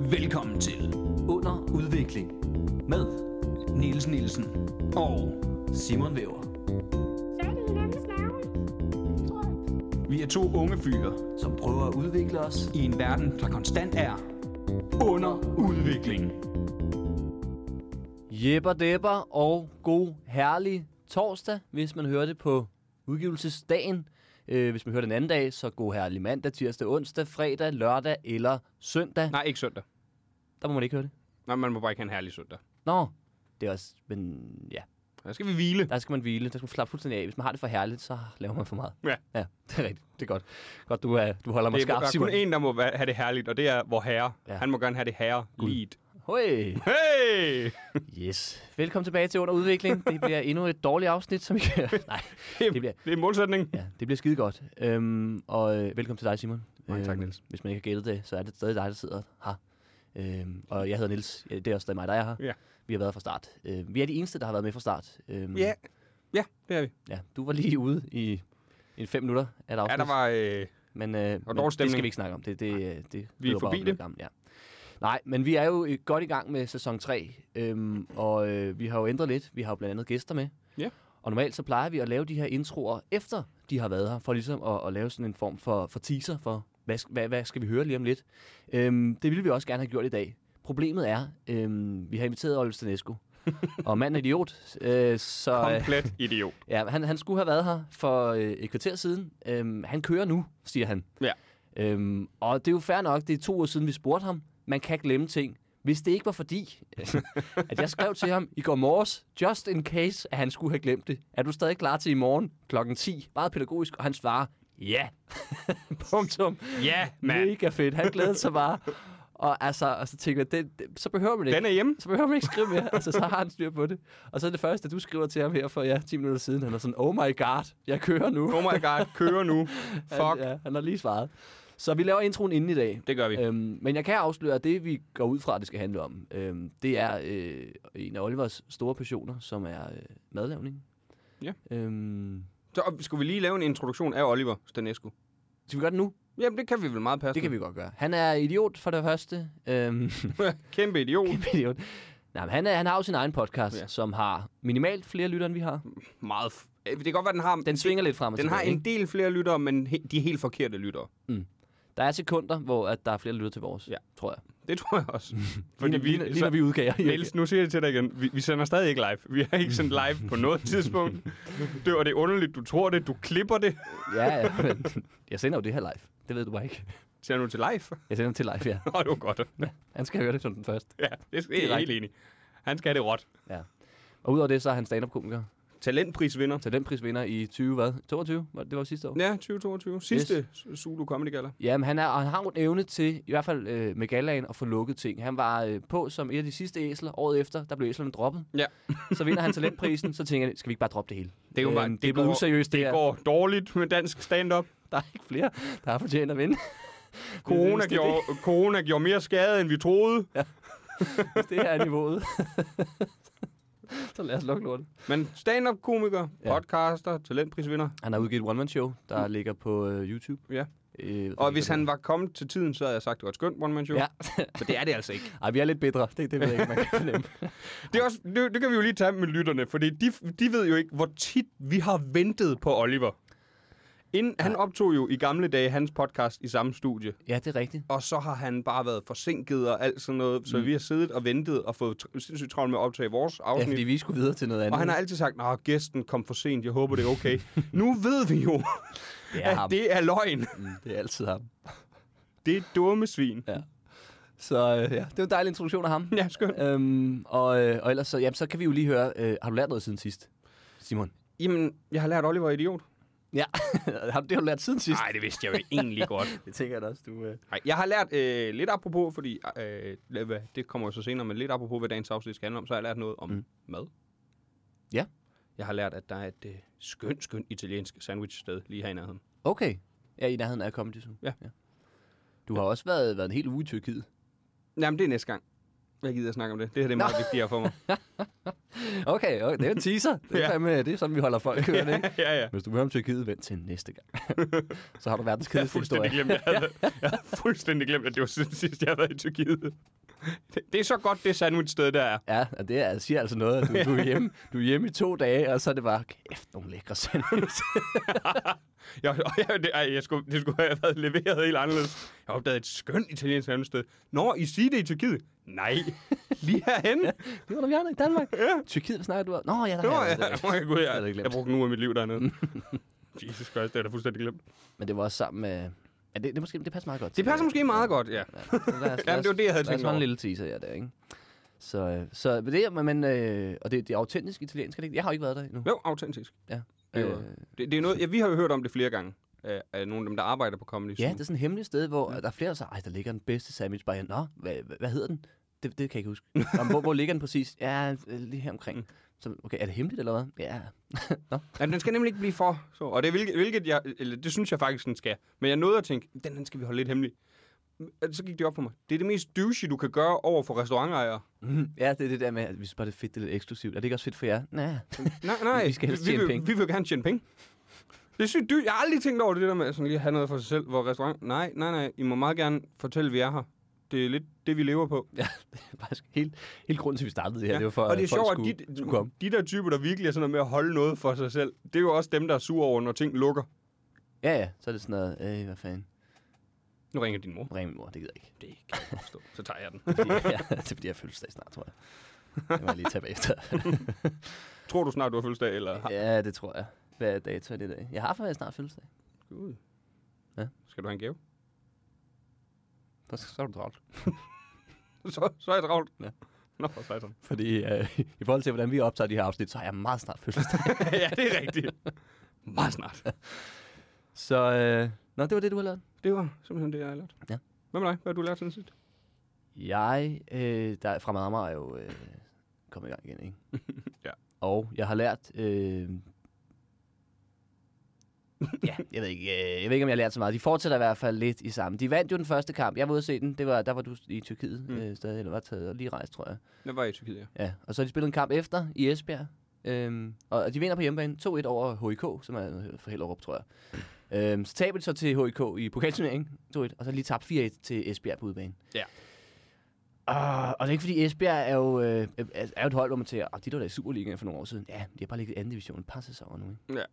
Velkommen til Under udvikling med Niels Nielsen og Simon Væver, Sagde de hinandens navne? Tror jeg. vi er to unge fyre som prøver at udvikle os. i en verden, der konstant er under udvikling. Jepper depper og god herlig torsdag, hvis man hører det på udgivelsesdagen. Øh, hvis man hører den anden dag, så god herlig mandag, tirsdag, onsdag, fredag, lørdag eller søndag. Nej. Nej, ikke søndag. Der må man ikke høre det. Nej, man må bare ikke have en herlig søndag. Nå, det er også... Men ja, Der skal vi hvile. der skal man hvile. Der skal man slappe fuldstændig af. Hvis man har det for herligt, så laver man for meget. Ja. Ja, det er rigtigt. Det er godt. Godt, du, er, du holder mig Det er, skarp, der er Simon. kun en, der må være- have det herligt, og det er vor herre. Ja. Ja. Han må gerne have det herre lidt. Hey. Hey! Yes. Velkommen tilbage til Under Udvikling. Det bliver endnu et dårligt afsnit, som I kan... Nej, Det, bliver- bliver... det er en målsætning. Ja, det bliver skide godt. Øhm, og øh, velkommen til dig, Simon. Øhm, Mange tak, Niels. Hvis man ikke har gættet det, så er det stadig dig, der sidder her. Øhm, og jeg hedder Niels. Ja, Det er også stadig mig, der er her. Ja. Vi har været fra start. Øh, vi er de eneste, der har været med fra start. Øhm, Ja. ja, det er vi. ja. Du var lige ude i en fem minutter af et afsnit. Ja, der var... Øh, Men, øh, men det skal stemning. vi ikke snakke om. Det, det, øh, det Vi er løber forbi op det. lidt gammelt, ja. Nej, men vi er jo øh, godt i gang med sæson 3, øhm, og øh, vi har jo ændret lidt. Vi har jo blandt andet gæster med. Ja. Og normalt så plejer vi at lave de her introer efter de har været her, for ligesom at, at lave sådan en form for, for teaser for, hvad, sk- hvad, hvad skal vi høre lige om lidt. Øhm, det ville vi også gerne have gjort i dag. Problemet er, øhm, vi har inviteret Olf Stanesco, og manden er idiot, øh, så... øh, komplet idiot. Ja, han, han skulle have været her for øh, et kvarter siden. Øhm, han kører nu, siger han. Ja. Øhm, og det er jo fair nok, det er to år siden, vi spurgte ham. Man kan glemme ting. Hvis det ikke var fordi, at jeg skrev til ham i går morges, just in case, at han skulle have glemt det. Er du stadig klar til i morgen klokken 10? Meget pædagogisk, og han svarer, ja. Punktum. Ja, mand. Mega fedt. Han glædede sig bare. Og, altså, og så tænker jeg, det, det, så behøver man det ikke Den er hjemme. så behøver man ikke skrive mere. Altså, så har han styr på det. Og så er det første, du skriver til ham her for ja, 10 minutter siden, han er sådan, oh my god, jeg kører nu. Oh my god, kører nu. Fuck. Han, ja, han har lige svaret. Så vi laver introen inden i dag. Det gør vi. Øhm, men jeg kan afsløre, at det vi går ud fra, det skal handle om, øhm, det er øh, en af Olivers store passioner, som er øh, madlavning. Ja. Øhm, Så og skulle vi lige lave en introduktion af Oliver Stanescu? skal vi gøre det nu? Jamen, det kan vi vel meget passe. Det kan vi godt gøre. Han er idiot for det første. Øhm, Kæmpe idiot. idiot. Nej, men han, er, han har jo sin egen podcast, ja. Ja. som har minimalt flere lytter, end vi har. Meget. F- Øh, det kan godt være, den har... Den svinger lidt frem og Den har tilbage, en del flere lyttere, men he- de er helt forkerte lyttere. Der er sekunder, hvor at der er flere, der lytter til vores, ja. Ja. tror jeg. Det tror jeg også. Lige, lige, lige når vi udgav. Niels, nu siger jeg det til dig igen. Vi, vi sender stadig ikke live. Vi har ikke sendt live på noget tidspunkt. Det, og det er underligt, du tror det, du klipper det. ja, ja, men jeg sender jo det her live. Det ved du bare ikke. Sender du til live? Jeg sender det til live, ja. Nå, det var godt. Han skal høre det som den første. Ja, det, det er jeg helt enig. i. Han skal have det råt. Ja. Og udover det, så er han stand-up-komiker. Talentprisvinder. Så den prisvinder i 20, hvad? 22? Var det, det var sidste år? Ja, 2022. Sidste yes. Zulu Comedy Gala. Jamen, han, er, og han har jo en evne til, i hvert fald øh, med galaen, at få lukket ting. Han var øh, på som et af de sidste æsler. Året efter, der blev æslerne droppet. Ja. Så vinder han talentprisen, så tænker jeg, skal vi ikke bare droppe det hele? Øh, er jo bare- det, det er blevet går- useriøst, det, Det her. går dårligt med dansk stand-up. Der er ikke flere, der har fortjent at vinde. Corona, det- det- gjorde, corona gjorde mere skade, end vi troede. det her er niveauet. så lad os lukke lortet. Men stand-up-komiker, Ja. podcaster, talentprisvinder. Han har udgivet et one-man-show, der mm. ligger på øh, YouTube. Ja. Øh, Og hvis han var kommet til tiden, så havde jeg sagt, det var et skønt one-man-show. Ja. For det er det altså ikke. Ej, vi er lidt bedre. Det, det ved jeg ikke, man kan fornemme. Det, er også, det, det kan vi jo lige tage med lytterne, fordi de, de ved jo ikke, hvor tit vi har ventet på Oliver. Inden, han optog jo i gamle dage hans podcast i samme studie, ja, det er rigtigt. og så har han bare været forsinket og alt sådan noget, så vi har siddet og ventet og fået tr- sindssygt travlt med at optage vores Ja, fordi afsnit. vi skulle videre til noget andet. og han har altid sagt, at gæsten kom for sent, jeg håber, det er okay. nu ved vi jo, det er ham. at Det... det er løgn. det er altid ham. Det er dumme svin. Så øh, ja, det var en dejlig introduktion af ham. Ja, skønt. øhm, og, øh, og ellers så, jamen, så kan vi jo lige høre, øh, har du lært noget siden sidst, Simon? Jamen, jeg har lært Oliver er idiot. Ja, har du- det har du lært siden sidst. Nej, det vidste jeg jo egentlig godt. Det tænker jeg da også, du... Øh... Nej, jeg har lært øh, lidt apropos, fordi øh, hvad- det kommer jo så senere, men lidt apropos, hvad dagens afsnit skal handle om, så har jeg lært noget om Mm. mm. mad. Ja. Jeg har lært, at der er et øh, skønt, skønt italiensk sandwichsted lige her i nærheden. Okay. Ja, i nærheden af Comedy Zoo. Ja. ja. Du har også været, været en hel uge i Tyrkiet. Jamen, det er næste gang. Jeg gider at snakke om det. Det her det er meget vigtigere for mig. Okay, okay, det er jo en teaser. Det er, ja. Ja. fandme, det er sådan, vi holder folk kørende, ikke? ja, ja. Hvis du vil høre om Tyrkiet, vent til næste gang. så har du verdens Jeg har kedeligste fuldstændig historie. glemt, jeg havde, jeg havde fuldstændig glemt, at det var siden sidst, jeg har været i Tyrkiet. Det er så godt, det sandwichsted der er. Ja, og det er, siger altså noget, at du, du, er hjemme, du er hjemme i to dage, og så er det bare, kæft, nogle lækre sandwich. Jeg, og jeg, det, ej, jeg skulle, det skulle have været leveret helt anderledes. Jeg opdagede et skønt italiensk sandwichsted. Når I siger det i Tyrkiet? Nej, lige herhen. Ja, det var når vi andre i Danmark. Ja. Tyrkiet, hvad snakker du om? Nå, ja, der Nå, har jeg ja. været. Oh, jeg, gud, havde jeg jeg, glemt. jeg brugte nu af mit liv dernede. Jesus Christ, det er da fuldstændig glemt. Men det var også sammen med... Ja, det, det, måske, det passer meget godt. Det passer måske meget godt, ja. Jamen, det var det, jeg havde tænkt over. en over. lille teaser her der, ikke? Så, øh, så men det er, men, øh, og det, det er autentisk italiensk, er det ikke? Jeg har jo ikke været der endnu. Øh, Jo, autentisk. Ja. Det, er jo- det, det er noget, ja, vi har jo hørt om det flere gange. Af, af nogle af dem, der arbejder på Comedy Ja, Zoo. det er sådan et hemmeligt sted, hvor der er flere, der siger, ej, der ligger den bedste sandwich bare her." Nå, hvad, hvad, hvad hedder den? Det, det kan jeg ikke huske. Om, hvor, hvor ligger den præcis? Ja, øh, lige her omkring. Så, okay, er det hemmeligt eller hvad? Ja. Nå, Jamen, den skal nemlig ikke blive for. Så. Og det, er hvilket, hvilket jeg, eller, det synes jeg faktisk, den skal. Men jeg nåede at tænke, den, den skal vi holde lidt hemmelig. Men Så gik det op for mig. Det er det mest douche, du kan gøre over for restaurantejere. Mhm. ja, det er det der med, at vi synes bare, det er fedt, det er lidt eksklusivt. Er det ikke også fedt for jer? Nej. Nej, nej. Vi skal helst vi, tjene vil- penge. Vi vil gerne tjene penge. Det er sygt dyrt. Jeg har aldrig tænkt over det der med sådan lige at have noget for sig selv, hvor restaurant... Nej, nej, nej. I må meget gerne fortælle, at vi er her. Det er lidt det, vi lever på. Ja, det er faktisk helt, helt grunden til, at vi startede det her. Ja. Det var for, og det er at folk sjovt, skulle, at de, skulle komme. de der typer, der virkelig er sådan noget med at holde noget for sig selv, det er jo også dem, der er sure over, når ting lukker. Ja, ja, så er det sådan noget, øh, hvad fanden, Nu ringer din mor. ring min mor, det gider jeg ikke. Det kan jeg forstå. Så tager jeg den. ja, det er fordi, jeg har fødselsdag snart, tror jeg. Det må jeg lige tage bagefter. Tror du snart, du har fødselsdag, eller har... ja, det tror jeg. Hvad er dato er det i dag? Jeg har faktisk snart fødselsdag. Gud. Ja. Skal du have en gave? Så, så er du travlt. Så, så er jeg travlt. Ja. Nå, for satan. Fordi øh, i forhold til, hvordan vi optager de her afsnit, så har jeg meget snart fødselsdag. ja, det er rigtigt. Meget snart. så, øh, nå, det var det, du har lavet. Det var simpelthen det, jeg har lært. Ja. Hvad med dig? Hvad har du lært siden sidst? Jeg, øh, der fra Marmar er jo øh, kommet i gang igen, ikke? Ja. Og jeg har lært... Øh, ja, jeg ved, ikke, øh, jeg ved ikke, om jeg har lært så meget. De fortsætter i hvert fald lidt i samme. De vandt jo den første kamp. Jeg var ude at se den. Det var, der var du i Tyrkiet Mm. mm. øh, stadig, eller var taget og lige rejst, tror jeg. Jeg var i Tyrkiet, ja. Ja, og så har de spillet en kamp efter i Esbjerg. Øhm, og og de vinder på hjemmebane 2-1 over HIK, som er noget for Hellerup, tror jeg. Øhm, så taber de så til HIK i pokalturneringen 2-1, og så har de lige tabt 4-1 til Esbjerg på udebane. Ja. Uh, og det er ikke fordi Esbjerg er jo, øh, er er jo et hold, hvor man tænker, oh, de der var da i Superligaen for nogle år siden. Ja, de har bare ligget i anden division et par sæsoner nu. Ikke? Ja.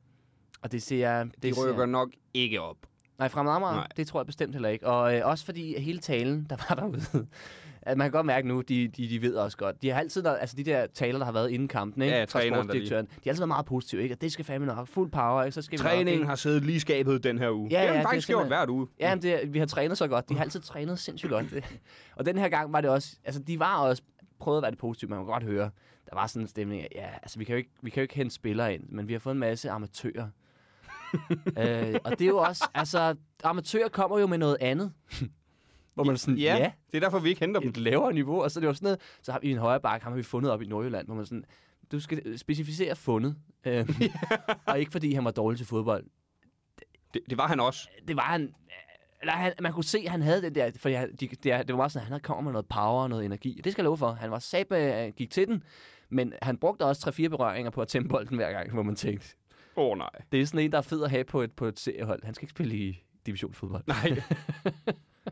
Og det ser jeg... De Det ser- rykker nok ikke op. Nej, fremad Amager, Nej. Nej. det tror jeg bestemt heller ikke. Og øh, også fordi hele talen, der var derude, at man kan godt mærke nu, de, de, de ved også godt. De har altid, været- altså de der taler, der har været inden kampen, ikke? Ja, Fra træneren, der lige- sportsdirektøren, de har altid været meget positive, ikke? Og det skal fandme nok. Fuld power, ikke? Så skal vi nok, Træningen ikke? har siddet lige i skabet den her uge. Ja, det har ja, den det er faktisk gjort simpelthen- hvert uge. Ja, men det, vi har trænet så godt. De har altid trænet sindssygt godt. Det. Og den her gang var det også... Altså, de var også... Prøvede at være det positive, man kan godt høre. Der var sådan en stemning af, ja, altså, vi kan jo ikke, vi kan jo ikke hente spillere ind, men vi har fået en masse amatører. øh, og det er jo også... Altså, amatører kommer jo med noget andet. Hvor man er sådan, ja, ja, det er derfor, vi ikke henter dem. et lavere niveau, og så er det jo sådan noget, så har vi en højre bakke, ham har vi fundet op i Nordjylland, hvor man sådan, du skal øh, specificere fundet, øhm, og ikke fordi han var dårlig til fodbold. Det, det var han også. Det var han, øh, eller han, man kunne se, at han havde den der, for de, de, det var meget sådan, at han havde kommet med noget power og noget energi, og det skal jeg love for, han var sab, øh, gik til den, men han brugte også 3-4 berøringer på at tæmme bolden hver gang, hvor man tænkte, Åh, oh, nej. det er sådan en, der er fed at have på et, på et seriehold, han skal ikke spille i divisionsfodbold. Nej.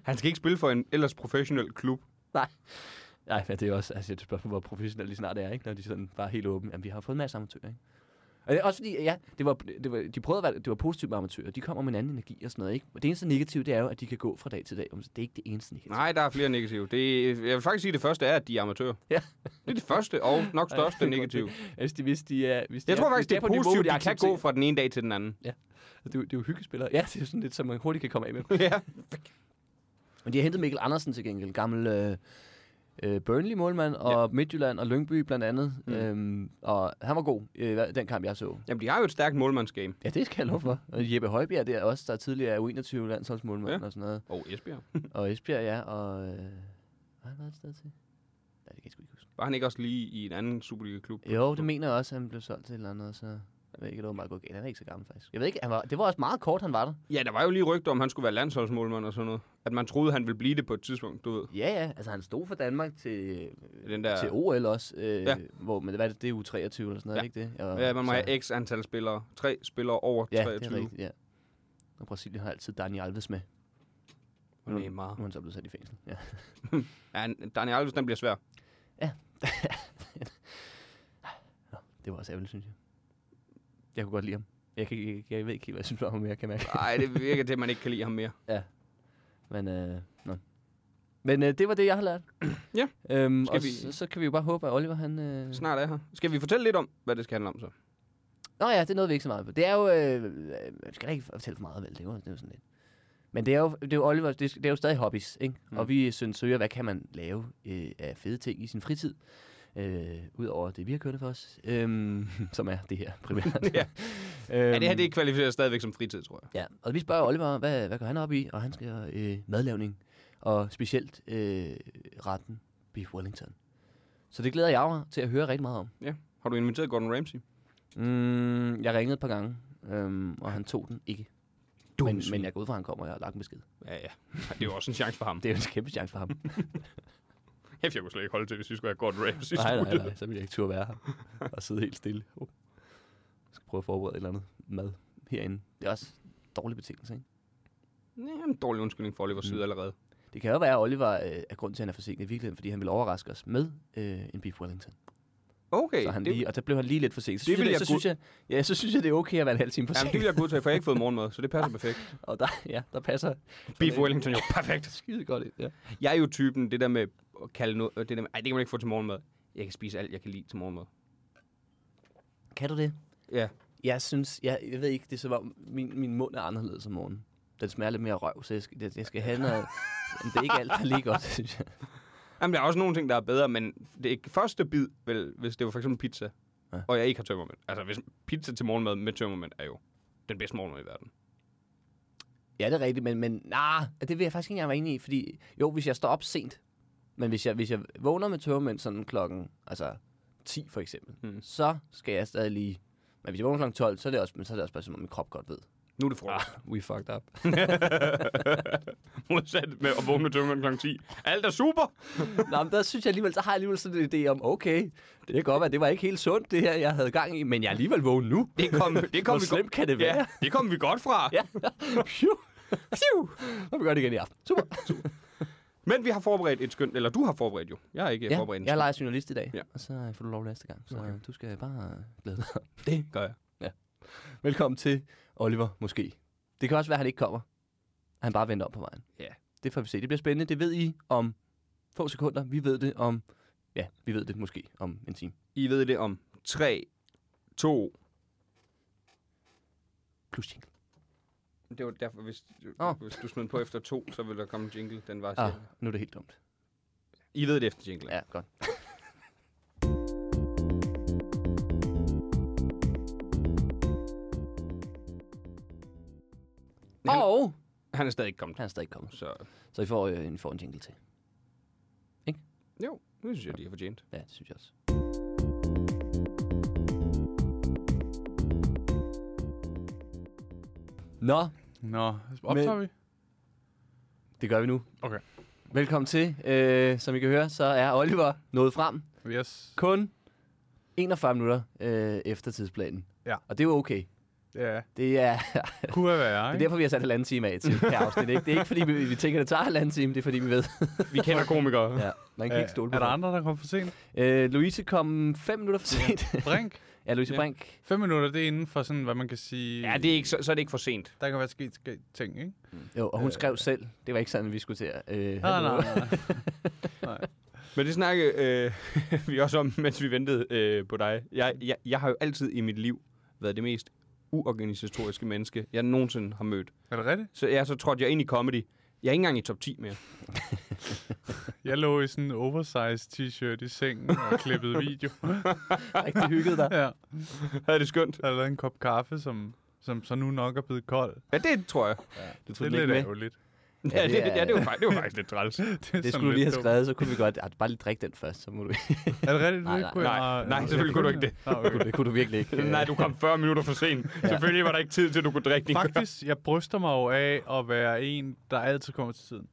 han skal ikke spille for en ellers professionel klub. Nej, men det er også altså, et spørgsmål, hvor professionelle de snart er, ikke? når de sådan bare er helt åbne. Jamen, vi har fået en masse amatører. Ikke? Og det er også fordi, ja, det var, det var, de prøvede at være, det var positivt med amatører. De kommer med en anden energi og sådan noget. Ikke? Og det eneste negative, det er jo, at de kan gå fra dag til dag. Men Det er ikke det eneste negative. Nej, der er flere negative. Det, jeg vil faktisk sige, at det første er, at de er amatører. Ja. Det er det første og nok største negativ. Hvis Altså, de, hvis de er, hvis de Jeg tror faktisk, det hvis er de på niveau, positivt, hvor de kan accepterer- gå fra den ene dag til den anden. Det, er jo- det er jo hyggespillere. Ja, det er sådan lidt, som man hurtigt kan komme af med. ja. Men de har hentet Mikkel Andersen til gengæld, gammel øh, øh, Burnley-målmand, og ja. Midtjylland og Lyngby blandt andet. Mm. Øhm, og han var god øh, den kamp, jeg så. Jamen, de har jo et stærkt målmandsgame. Ja, det skal jeg love for. Og Jeppe Højbjerg der også, der tidligere er U21-landsholdsmålmand Ja. ja. og sådan noget. Og oh, Esbjerg. Og Esbjerg, ja, og... Øh, hvad har han været et sted til? Nej, det kan jeg sgu ikke huske. Var han ikke også lige i en anden Superliga-klub? Jo, det mener jeg også, at han blev solgt til et eller andet, og så... Jeg ved ikke, det var meget godt galt. Han er ikke så gammel, faktisk. Jeg ved ikke, han var, det var også meget kort, han var der. Ja, der var jo lige rygter om, han skulle være landsholdsmålmand og sådan noget. At man troede, han ville blive det på et tidspunkt, du ved. Ja, ja, altså han stod for Danmark til, Den ja. der, til OL også, øh, Ja. ja. hvor, men hvad er det, det er U23 eller sådan noget, Ja. ja. ikke det? Og, ja, man må så- have x antal spillere. Tre spillere over Ja, det 23. er rigtigt, ja. Og Brasilien har altid Dani Alves med. Og Neymar. Mm. Nu er han så blevet sat i fængsel, ja. Ja, Daniel Alves, den bliver svær. Det var også ærgerligt, synes jeg. Jeg kunne godt lide ham. Jeg, kan, jeg, jeg ved ikke helt, hvad jeg synes om ham, jeg kan mærke. Nej, det virker til, at man ikke kan lide ham mere. Men, øh, nå. Men øh, det var det, jeg har lært. Ja. Øhm, og vi- vi... så, så kan vi jo bare håbe, at Oliver han... Øh... Snart er her. Skal vi fortælle lidt om, hvad det skal handle om så? Nå ja, det nåede vi ikke så meget på. Det er jo... Øh, øh, jeg skal da ikke fortælle for meget, vel? Det er jo, det er jo sådan lidt... Men det er jo, det er jo Oliver, det, er- det er jo stadig hobbies, ikke? Mm. Og vi synes, søger, hvad kan man lave øh, af fede ting i sin fritid? Øh, Udover det, vi har kørt for os, øhm, som er det her primært. Ja. øhm, Ja, det her det kvalificerer stadigvæk som fritid, tror jeg. Ja, og vi spørger Oliver, hvad, hvad går han op i? Og han skal øh, madlavning, og specielt øh, retten Beef Wellington. Så det glæder jeg mig til at høre rigtig meget om. Ja. Har du inviteret Gordon Ramsay? Mm, jeg ringede et par gange, øhm, og han tog den ikke. Dum Men, svin. men jeg går ud fra, at han kommer, og jeg har lagt en besked. Ja, ja. Det er jo også en chance for ham. Det er jo en kæmpe chance for ham. Kæft, jeg kunne slet ikke holde til, hvis vi skulle have Gordon Ramsay. nej, nej, nej, så vil jeg ikke turde være her og sidde helt stille. Oh. Jeg skal prøve at forberede et eller andet mad herinde. Det er også dårlig betingelse, ikke? Ja, en dårlig undskyldning for Oliver Syd allerede. Det kan jo være, at Oliver øh, er grund til, at han er forsinket i virkeligheden, fordi han vil overraske os med øh, en Beef Wellington. Okay, Så han det, lige, og der blev han lige lidt forsinket. Så, det synes vil jeg, det- jeg så, synes jeg, ja, så synes jeg, det er okay at være en halv time for jamen, det sent. vil jeg godtage, for jeg har ikke fået morgenmad, så det passer perfekt. Og der, ja, der passer Beef Wellington, jo perfekt. skide godt ind. Ja. Jeg er jo typen, det der med at kalde noget, det der med, ej, det kan man ikke få til morgenmad. Jeg kan spise alt, jeg kan lide til morgenmad. Kan du det? Ja. Jeg synes, jeg, jeg ved ikke, det er så om, min, min mund er anderledes om morgenen. Den smager lidt mere røv, så jeg skal, jeg, jeg skal have noget... Men det er ikke alt, der ligger godt, synes jeg. Jamen, der er også nogle ting, der er bedre, men det er ikke første bid, vel, hvis det var for eksempel pizza, ja. Ja. og jeg ikke har tømmermænd. Altså, hvis pizza til morgenmad med tømmermænd er jo den bedste morgenmad i verden. Ja, det er rigtigt, men, men nah, det vil jeg faktisk ikke engang være enig i, fordi jo, hvis jeg står op sent, men hvis jeg, hvis jeg vågner med tørmænd sådan klokken altså 10 for eksempel, Mm. mm. så skal jeg stadig lige... Men hvis jeg vågner klokken 12, så er det også, men så er det også bare, som om min krop godt ved. Nu er det frokost. We fucked up. Modsat med at vågne med tømmermænd kl. 10. Alt er super! Nå, men der synes jeg alligevel, så har jeg alligevel sådan en idé om, okay, det kan godt være, det var ikke helt sundt, det her, jeg havde gang i, men jeg er alligevel vågen nu. Det kom, det kom Hvor vi slemt godt- kan det være? Ja, det kom vi godt fra. Ja. Ja. Phew. Phew. Og vi gør det igen i aften. Super. Men vi har forberedt et skønt, eller du har forberedt jo. Jeg har ikke ja, forberedt en jeg leger journalist i dag, Ja. ja. og så øh, får du lov næste gang. Så okay. du skal bare øh, glæde dig. skønt. Det gør jeg. Velkommen til Oliver, måske. Det kan også være, at han ikke kommer. Han bare venter om på vejen. Ja. Det får vi se. Det bliver spændende. Det ved I om få sekunder. Vi ved det om... Ja, vi ved det måske om en time. I ved det om 3, 2... Plus jingle. Det var derfor, hvis, oh. Åh. hvis du smed den på efter 2, så ville der komme en jingle. Den var Ah, ah. nu er det helt dumt. I ved det efter jingle. Ja, godt. Han- Og Han er stadig ikke kommet. han er stadig ikke kommet. Så Så I får, øh, en, får en jingle til. jo, det synes jeg, de har fortjent. Ja, det synes jeg også. Nå, Nå, optager vi? det gør vi nu. Okay. Velkommen til. Øh, som I kan høre, så er Oliver nået frem Yes. kun 41 minutter øh, efter tidsplanen. Ja. Og det er jo okay. Ja, Det er, det kunne have været, er ikke? derfor, vi har sat halvanden time af til per afsnit. Ikke? Det er ikke, fordi vi, vi tænker, at det tager halvanden time. Det er, fordi vi ved. Vi kender komikere. Ja. Ja, man kan ikke stole på Øh, er der folk. andre, der kommer for sent? Øh, Louise kom 5 minutter for sent. Brink? Ja, Louise Ja. Brink. 5 minutter, det er inden for sådan, hvad man kan sige... ja, det er ikke, så, så er det ikke for sent. Der kan være sket, sket ting, ikke? Jo, og hun skrev selv. Det var ikke sådan, vi skulle til at... Øh, Nej, have nej, noget. nej. nej. Men det snakke øh, vi også om, mens vi ventede øh, på dig. Jeg, jeg, jeg har jo altid i mit liv været det mest uorganisatoriske menneske, jeg nogensinde har mødt. Er det rigtigt? Så jeg så trådte jeg ind i comedy. Jeg er ikke engang i top 10 mere. Jeg lå i sådan en oversized t-shirt i sengen og klippede video. Rigtig hygget dig. ja. Havde det skønt? Jeg har lavet en kop kaffe, som, som så nu nok er blevet kold. Ja, det tror jeg. Du tog Det er den ikke lidt med. ærgerligt. Ja, det, det ja, er- det, var, fak- det var faktisk lidt træls. Det, er Det sådan skulle du lige lidt have dumt. skrevet, så kunne vi godt... Ah, bare lige drikke den først, så må du... Er det rigtigt? Nej, Det nej, kunne jeg- nej. Ah, Nej, jeg selvfølgelig kunne du ikke Nå, okay. det kunne du virkelig ikke. øh. Nej, du kom 40 minutter for sent. Selvfølgelig var der ikke tid til, at du kunne drikke din kaffe. Faktisk, jeg bryster mig jo af at være en, der altid kommer til tiden.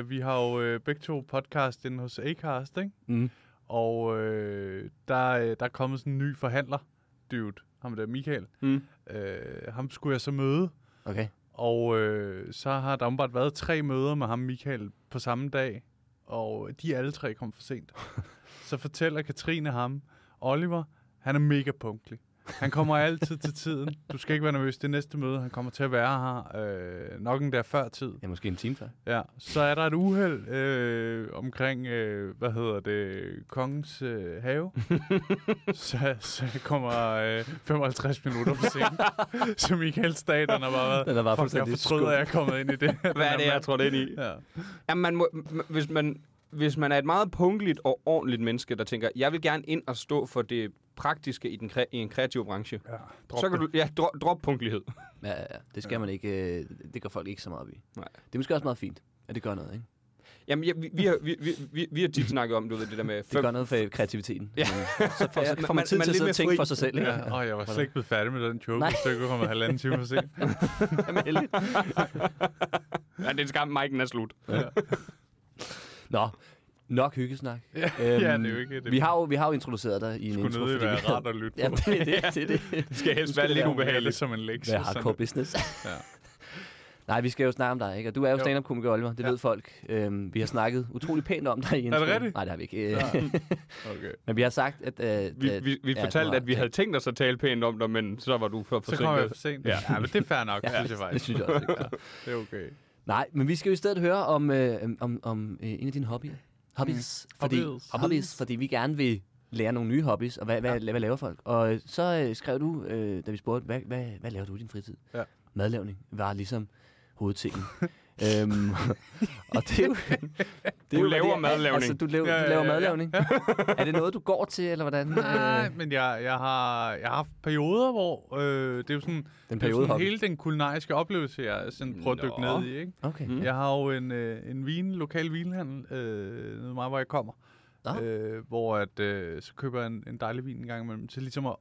uh, vi har jo øh, begge to podcast inde hos Acast, ikke? Mm. Og øh, der, øh, der er kommet sådan en ny forhandler, dude, ham der Michael. Mm. Øh, ham skulle jeg så møde, Okay. og øh, så har der umiddelbart været tre møder med ham Michael på samme dag. og de alle tre kom for sent. Så fortæller Katrine ham, Oliver, han er mega punktlig. Han kommer altid til tiden. Du skal ikke være nervøs. Det er næste møde. Han kommer til at være her øh, nok en der før tid. Ja, måske en time før. Ja, så er der et uheld øh, omkring, øh, hvad hedder det, kongens øh, have. så, så kommer øh, 55 minutter på scenen, så Michael Staten har bare været, Den Altså, er bare fuck, jeg fuldstændig fortryder, at jeg er kommet ind i det. Hvad er det, jeg tror det ind i? Ja. Ja, man må, m- hvis, man, hvis man er et meget punktligt og ordentligt menneske, der tænker, jeg vil gerne ind og stå for det praktiske i, den kre, i en kreativ branche, Ja, så kan du, ja, drop, drop punktlighed. Ja, ja, ja. Det skal man ikke. øh, Det gør folk ikke så meget op i. Nej. Det er måske også meget fint, at det gør noget, ikke? Jamen, ja, vi, vi, har, vi, vi, vi, vi har tit snakket om, du ved, det der med Det gør fem... noget for kreativiteten. Ja. Men Så får, Altså, så får man, man- tid man er til at sidde lidt og mere tænke fri. for sig selv, ikke? Ja. Ja, åh, jeg var slet ikke blevet færdig med den joke, Nej. hvis du ikke var kommet halvanden time for sent. Ja, det er en skam, Mike'en er slut. Nå, nok hyggesnak. Øhm, Ja, ja, det er jo ikke det. Vi har jo, vi har jo introduceret dig i en skulle intro. nødig fordi være vi havde- rart at lytte ja, på. det, er det, det, er det. Det skal helst Det være er lidt ubehageligt ubehageligt. som en lektie. Hvad er hardcore business? Ja. Nej, vi skal jo snakke om dig, ikke? Og du er jo Jo. stand-up-komiker, Oliver. Det Ja. ved folk. Øhm, vi har snakket utrolig pænt om dig i introen. rigtigt? Nej, det har vi ikke. Ja. Øh, Okay. Men vi har sagt, at... Øh, Vi, at- vi, vi ja, fortalte, du har- at vi havde tænkt os at tale pænt om dig, men så var du for Så kommer jeg for forsinket. sent. Ja. Ja, men det er fair nok, Ja, synes jeg det faktisk. synes jeg også, ikke? Ja. Det er okay. Nej, men vi skal jo i stedet høre om, øh, om, om øh, en af dine hobbyer. Hobbies. Mm. Fordi, Hobbies. hobbies. Fordi vi gerne vil lære nogle nye hobbies, og hvad, hvad, hvad laver folk? Og øh, så øh, skrev du, øh, da vi spurgte, hvad, hvad, hvad laver du i din fritid? Ja. Madlavning var ligesom hovedtingen. øhm, og det er jo... Det Du hvad laver det er. madlavning. Altså, du laver, Ja, ja, du laver ja, ja. madlavning. er det noget, du går til, eller hvordan? Nej, Øh, men jeg, jeg, har, jeg har haft perioder, hvor øh, det er jo sådan, den det er jo periode sådan hobby. hele den kulinariske oplevelse, jeg sådan prøver at dykke Nå. ned i. Ikke? Okay. Mm. Mm. Jeg har jo en, øh, en vin, lokal vinhandel, øh, nede meget, hvor jeg kommer. Nå. Øh, hvor at, øh, så køber jeg en, en dejlig vin en gang imellem, til ligesom at,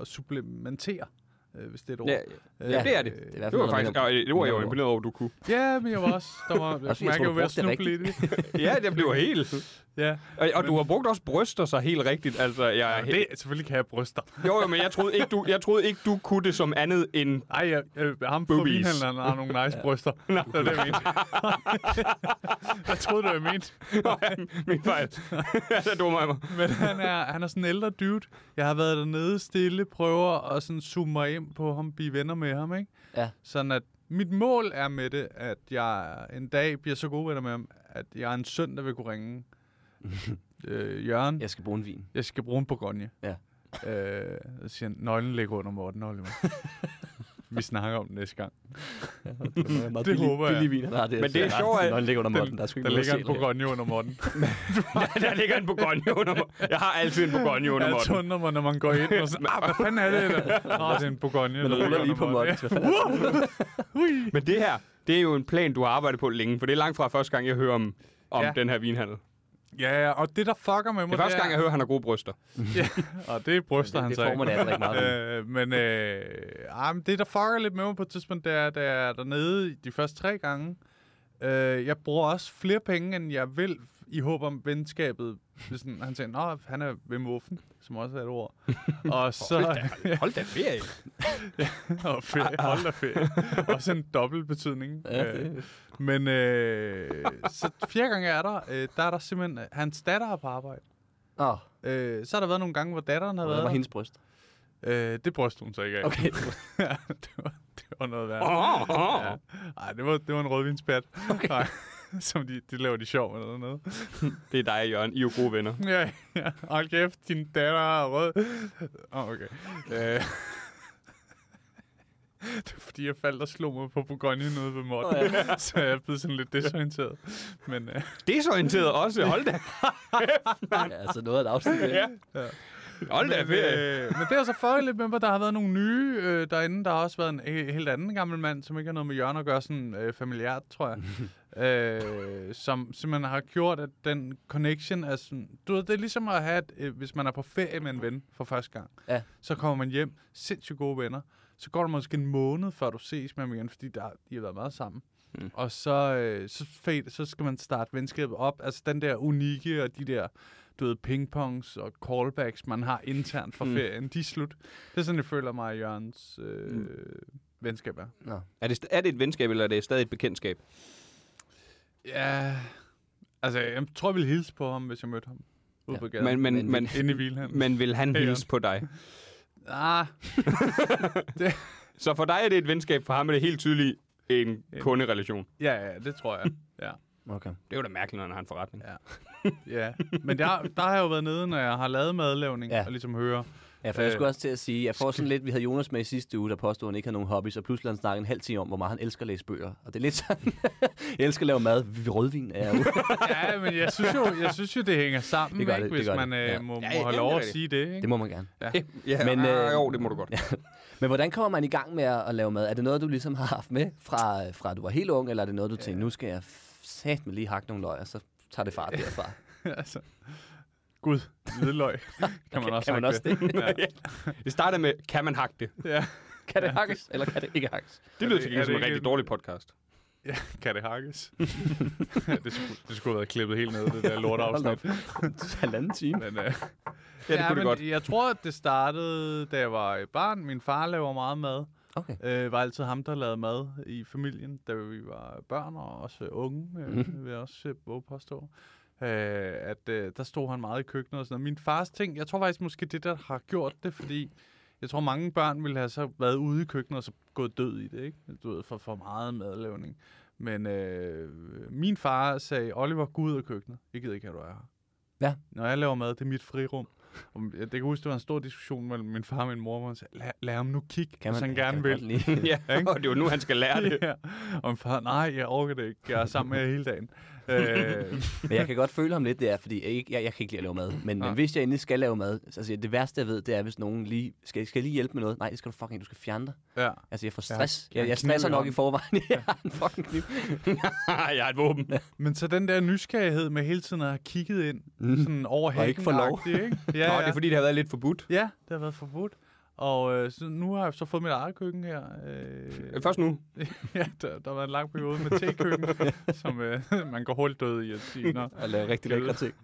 at supplementere, øh, hvis det er et ord. Ja, Øh, ja, det er det. øh, Det altså, er i hvert Det fald var noget, faktisk... der- Ja, det var jeg jo Nå. imponeret over, du kunne. Ja, men jeg var også, der var, fordi, jeg jeg tror, mærker jo du ved at brugte det snuble lidt. i det. Ja, det blev helt... Ja. Og, og du har brugt også bryster så helt rigtigt. Altså, jeg, Ja, det, selvfølgelig kan jeg bryster. Jo, jo, men jeg troede, ikke, du, jeg troede ikke, du kunne det som andet end... Ej, jeg, øh, ham på Boobies. vinhandleren har nogle nice bryster. Det var det, jeg mente. jeg troede, det var jeg mente. Min fejl. altså, du mig. Men han er, han er sådan en ældre dude. Jeg har været dernede stille, prøver at sådan zoome mig ind på ham, blive venner med ham, ikke? Ja. Sådan at mit mål er med det, at jeg en dag bliver så gode venner med ham, at jeg en søndag vil kunne ringe øh, Jørgen. Jeg skal bruge en vin. Jeg skal bruge en Bourgogne. Ja. Øh, så siger han, nøglen ligger under Morten Oliver. Vi snakker om det næste gang. det billig- håber jeg. billig vin, han har det. Men det er sjovt, at- Nå, den ligger under måtten. Der, er sgu ikke Der noget ligger at en se, der. Bourgogne under Morten. Der ligger en Bourgogne under mig. Jeg har altid en Bourgogne under Jeg mig. tunder mig, når man går ind og sådan, ah, hvad fanden er det? der?" Nå, det er en Bourgogne. Men der ruller ligger lige på under måtten. Ja. Hvad fanden er det? Men det her, det er jo en plan, du har arbejdet på længe, for det er langt fra første gang, jeg hører om, om Ja. ja. den her vinhandel. Ja, ja, og det, der fucker med mig, Det er første gang, jeg hører, at han har gode bryster. hører. Og det bryster han Det så får man af at drikke meget vin. Øh, men øh, ah, men det, der fucker lidt med mig på et tidspunkt, det er, da jeg er dernede de første tre gange. Øh, jeg bruger også flere penge, end jeg vil, i håb om venskabet. Det er Sådan, han siger, nå, han er ved muffen, som også er et ord. og så... Hold da ferie. og ferie, hold da ferie. Også en dobbelt betydning. Ja, Øh, det- Men øh, så fjerde gang jeg er der, øh, der er der simpelthen... øh, Hans datter er på arbejde. Nå, Øh, så har der været nogle gange, hvor datteren har der været var der. hendes bryst. Øh, det brøste hun så ikke af. Okay. ja, det, var, det var noget værd. Åh, åh. Ja. Ej, det var, det var en rødvinspjat. Okay. Ej, som de, de laver de sjov med eller noget. Det er dig, Jørgen. I er jo gode venner. Ja, ja. Hold kæft, din datter er rød. Åh, okay. Øh. Det er fordi, jeg faldt og slog mig på Bourgogne nede ved Morten. Oh, ja. så jeg er blevet sådan lidt desorienteret. Men øh, Desorienteret også. Hold da, Ja, altså noget af et afsnit. Ja. hold da ferie. Øh, men det er så forhældigt med, at der har været nogle nye øh, derinde. Der har også været en he- helt anden gammel mand, som ikke har noget med Jørgen at gøre, sådan øh, familiært, tror jeg. øh, som simpelthen har gjort, at den connection er sådan... Du ved, det er ligesom at have, et, øh, hvis man er på ferie med en ven for første gang. Ja. Så kommer man hjem, sindssygt gode venner. Så går der måske en måned, før du ses med ham igen, fordi der, de har været meget sammen. Mm. Og så, øh, så, fed, så skal man starte venskabet op. Altså den der unikke og de der du ved, pingpongs og callbacks, man har internt Mm. fra ferien, de er slut. Det er sådan, jeg føler mig og Jørgens øh, Mm. venskab er. Er det, er det et venskab, eller er det stadig et bekendtskab? Ja, Altså, jeg tror, jeg ville hilse på ham, hvis jeg mødte ham. Ude Ja, ja. på gaden. Men, men, men, Inde i Vilhelm. men vil han Ja, ja. hilse på dig? Ah, Så for dig er det et venskab, for ham er det helt tydeligt en kunderelation. ja, ja, det tror jeg. Ja. Okay. Det er jo da mærkeligt, når han har en forretning. Ja. Ja, men der, der har jeg jo været nede, når jeg har lavet madlavning, Ja. ja. og ligesom hører. Ja, for jeg Øh. skulle også til at sige, jeg får sådan lidt, vi havde Jonas med i sidste uge, der påstod, at han ikke har nogen hobbies, og pludselig har han snakket en halv time om, hvor meget han elsker at læse bøger. Og det er lidt sådan, jeg elsker at lave mad, Vi- rødvin er jo... Ja, men jeg synes jo, jeg synes jo det hænger sammen, Det det gør ikke, det, det det, hvis gør man det. øh, Ja. må, Ja, ja, ja, må have jamen, det lov er at rigtigt. sige det. Ikke? Det må man gerne. Ja, Men, men, øh, øh, jo, det må du godt. Men hvordan kommer man i gang med at at lave mad? Er det noget, du ligesom har haft med fra, fra du var helt ung, eller er det noget, du tænkte, nu skal jeg satme lige hakke nogle løg, og så tager det fart derfra? altså, Gud, hvidløg. Kan man også, kan man snakke også det? Ja. Det starter med, kan man hakke det? Ja. kan det hakkes, eller kan det ikke hakkes? Det lyder til det- er gengæld som det en ikke rigtig en- dårlig podcast. ja, kan det hakkes? det, skulle, det skulle have været klippet helt ned, det der lorteafsnit. Halvanden time. Men, øh, Ja, det kunne det men godt. Jeg tror, at det startede, da jeg var et barn. Min far laver meget mad. Okay. Øh, var altid ham, der lavede mad i familien, da vi var børn og også unge, Mhm. øh, vil jeg også øh, våge påstå. Øh, at øh, der stod han meget i køkkenet og sådan noget. Min fars ting, jeg tror faktisk måske det, der har gjort det, fordi jeg tror mange børn ville have så været ude i køkkenet og så gået død i det, ikke? Du ved, for for meget madlavning. Men øh, min far sagde, Oliver, gå ud af køkkenet. Jeg gider ikke, at du er her. Ja. Når jeg laver mad, det er mit frirum. Og jeg, jeg kan huske, det var en stor diskussion mellem min far og min mor, hvor han sagde, lad, lad ham nu kigge, hvis han gerne man vil. godt lide. Ja, og det er jo nu, han skal lære det. Ja. Og min far, nej, jeg orker det ikke. Jeg er sammen med jer hele dagen. øh, Men jeg kan godt føle ham lidt, det er, fordi jeg, ikke, jeg, jeg kan ikke lide at lave mad. Men, men hvis jeg endelig skal lave mad, altså det værste jeg ved, det er, hvis nogen lige, skal, skal jeg lige hjælpe med noget? Nej, det skal du fucking, du skal fjerne dig. ja. Altså jeg får stress. har Jeg, en jeg kniv stresser i nok i hånden. forvejen. jeg har en fucking kniv. Ah, jeg har et våben. Men så den der nysgerrighed med hele tiden at have kigget ind mm. sådan over hækken. ikke få lov. agtigt, ikke? Ja, Nå, ja. det er fordi, det har været lidt forbudt. ja, det har været forbudt. Og øh, så nu har jeg så fået mit eget køkken her. Øh, Øh, Først nu. ja, der, der var en lang periode med tekøkken, som øh, man går hurtigt død i at sige, Nå, Og lave rigtig lækre ting.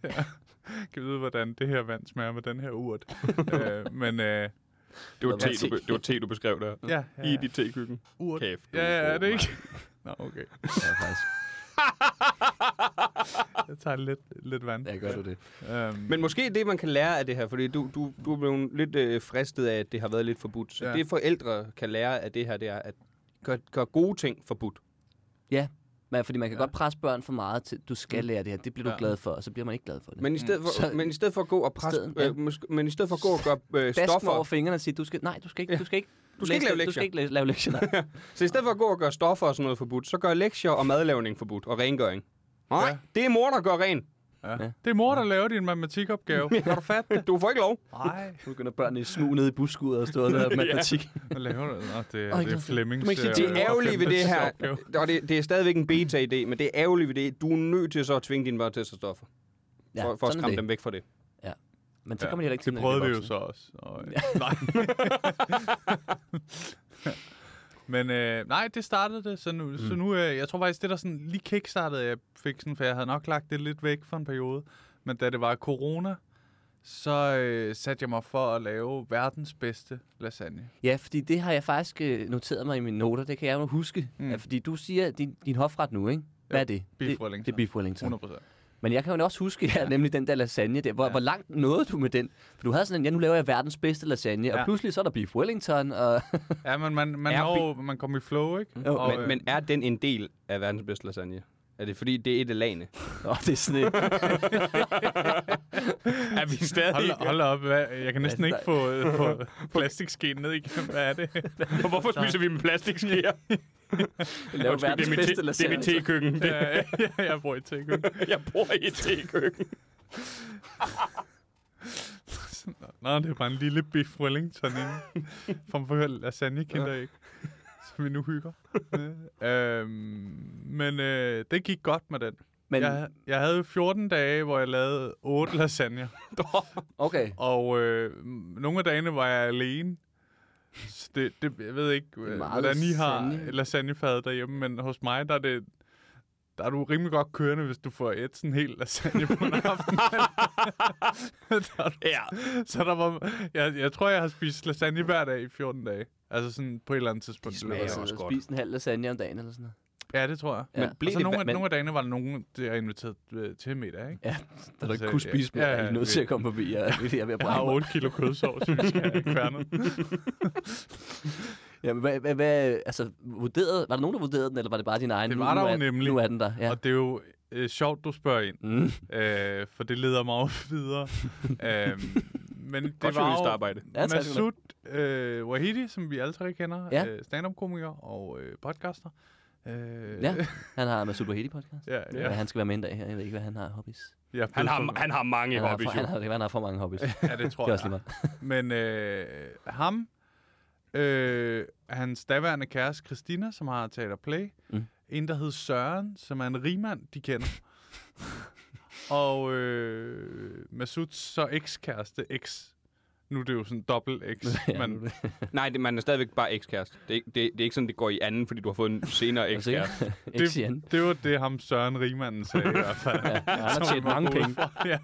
kan vide, hvordan det her vand smager med den her urt. øh, men øh, Det var, Det var te, du, te. be- det var te, du beskrev der. ja, ja, I ja. dit tekøkken. urt. Kæft. du Ja, ja, god, er det mand. ikke? Nå, okay. Ja, faktisk. Jeg tager lidt, lidt vand. Ja, gør du det. Øhm, Men måske det, man kan lære af det her, fordi du, du, du er blevet lidt øh, fristet af, at det har været lidt forbudt. Så ja. Ja. det forældre kan lære af det her, det er at gøre, gøre gode ting forbudt. Men, fordi man kan ja. godt presse børn for meget til, du skal lære det her, det bliver du Ja. glad for, og så bliver man ikke glad for det. Men i stedet for, Så- men i stedet for at gå og presse, Stedet, ja. øh, måske- men i stedet for at gå og gøre øh, Dasken over stoffer, fingrene og sige, du skal, nej, du skal ikke, du skal ikke, Du skal ikke lave Du skal lektier. ikke læse- lave lektier, nej. så i stedet for at gå og gøre stoffer og sådan noget forbudt, så gør lektier og madlavning forbudt og rengøring. Nej, ja. Ja. det er mor, der gør ren. Ja. Det er mor, der laver din matematikopgave. Kan du fatte det? Du får ikke lov. Nej. Nu begynder børnene i smug nede i buskuddet og stå og lave matematik. Hvad laver du? Nå, det, er, Åh, det er jeg- Flemmings... du må ikke sige, øh, det Det er er ærgerlige ved det her, opgave. og det, det er stadigvæk en beta-idé, men det er ærgerlige ved det, du er nødt til så at tvinge dine børn til at tage stoffer, Ja, for, for at sådan er skræmme det. dem væk fra det. Men så Ja, kommer de heller ikke til, Det når de prøvede vi bliver jo voksne. så også. Og, øh, nej. Men øh, nej, det startede det, så nu, mm. så nu øh, jeg tror faktisk, det der sådan lige kickstartede, jeg fik sådan, for jeg havde nok lagt det lidt væk for en periode, men da det var corona, så øh, satte jeg mig for at lave verdens bedste lasagne. Ja, fordi det har jeg faktisk øh, noteret mig i mine noter, det kan jeg jo huske. Mm. Mm. Ja, fordi du siger, at din, din hofret nu, ikke? Hvad er det? beef det, Wellington. Det er beef Wellington. 100%. Men jeg kan jo også huske, ja, nemlig den der lasagne der. Hvor, ja. hvor langt nåede du med den? For du havde sådan en, ja, nu laver jeg verdens bedste lasagne, ja. og Ja. pludselig så er der beef Wellington, og Ja, men man, man, Er når, man kommer i flow, ikke? Jo, Og, øh, Men, men er den en del af verdens bedste lasagne? Er det fordi, det er et af lagene? Nå, det er sådan et, Er vi stadig? Altså, Hold, hold op, hvad? jeg kan næsten Hvad ikke er få, øh, få plastikskeen ned igennem. Hvad er det? Og hvorfor spiser vi med plastikskeer? laver verdens bedste lasagne. tekøkken. jeg, jeg bruger et tække. Jeg bor i et tekøkken. Nå, det er bare en lille beef wellington inden. Frem for lasagne kinder ikke. Som vi nu hygger. Ja. øhm, men øh, det gik godt med den. Men, Jeg, jeg havde 14 dage, hvor jeg lavede 8 lasagner. okay. Og øh, m- nogle af dagene var jeg alene. Så det, det, jeg ved ikke, øh, meget hvordan I har lasagne. lasagnefadet derhjemme, men hos mig, der er det... Der er du rimelig godt kørende, hvis du får et sådan helt lasagne på en aften. der er du, Ja. så der var, jeg, jeg tror, jeg har spist lasagne hver dag i 14 dage. Altså sådan på et eller andet tidspunkt. i løbet af smager året. også godt. Spis en halv lasagne om dagen eller sådan noget. Ja, det tror jeg. Ja. Ja. Men Men blev og så det- nogle, af, men- nogle af dagene var der nogen, der er inviteret øh, til middag, ikke? Ja, der du Altså, ikke kunne spise ja, mere, ja, er I nødt til det- at komme forbi. Jeg, jeg er ved at Jeg brænde har mig. 8 kilo kødsovs, hvis jeg ikke kværnet. Ja, men hvad, hvad, hvad, altså, vurderede, var der nogen, der vurderede den, eller var det bare din egen? Det Nu- var der nu jo er, nemlig. Nu er den der, Ja. ja. Og det er jo øh, sjovt, du spørger ind, Mm. øh, for det leder mig også videre. øhm, men det Godt var jo journalistarbejde. Ja, tak skal du have. Masud øh, Wahidi, som vi alle tre kender, Ja. ja. øh, stand-up-komiker og øh, podcaster. Øh, Ja, han har med Super Hedy podcast. ja, Ja. ja. Han skal være med en dag her. Jeg ved ikke, hvad han har af hobbies. ja Han har, han har mange han, har hobbies, for, han, jo. har, det kan være, han har for mange hobbies. det Ja, det tror er også jeg. lige meget. Men øh, ham, øh, hans daværende kæreste Christina, som har Teater Play, Mm. mm. en, der hed Søren, som er en rigmand, de kender. og øh, Masuds så ekskæreste, eks. Nu er det jo sådan dobbelt eks, Ja, men nu er det- Nej, det, man er stadigvæk bare ekskæreste. Det, er ikke- det, det er ikke sådan, det går i anden, fordi du har fået en senere Altså, ikke- ekskæreste. ikke sige andet. det var det, ham Søren Rigmanden sagde i hvert fald. Ja, han har Som tjent man mange må gå ud penge. fra. ja.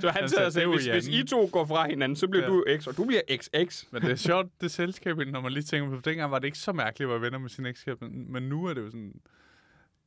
Så han Altså, sidder og det er sagde, jo hvis, i hvis anden." I to går fra hinanden, så bliver Ja. du X, og du bliver XX. Men det er sjovt, det selskab, når man lige tænker på, for dengang var det ikke så mærkeligt at være venner med sin ekskæreste, men, men nu er det jo sådan,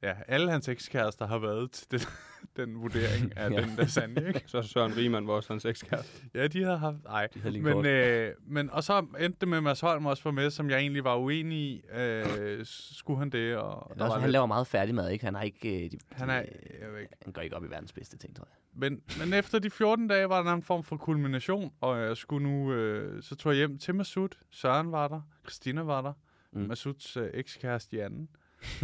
ja, alle hans ekskærester har været til den, den vurdering af Ja. ja. den der sande, ikke? Så er Søren Riemann var også hans ekskæreste. Ja, de havde haft, nej. De havde lige en kort. Men, øh, men, og så endte det med, at Mads Holm også var med, som jeg egentlig var uenig i. Øh, skulle han det? Og Det der er var også, han lidt- laver meget færdig mad, ikke? Han, har ikke, øh, de, han er, jeg ved ikke, han går ikke op i verdens bedste ting, tror jeg. Men, men efter de 14 dage var der en anden form for kulmination, og jeg skulle nu, øh, så tog jeg hjem til Masud. Søren var der, Christina var der, Mm. mm. Masuds øh, ekskæreste Janne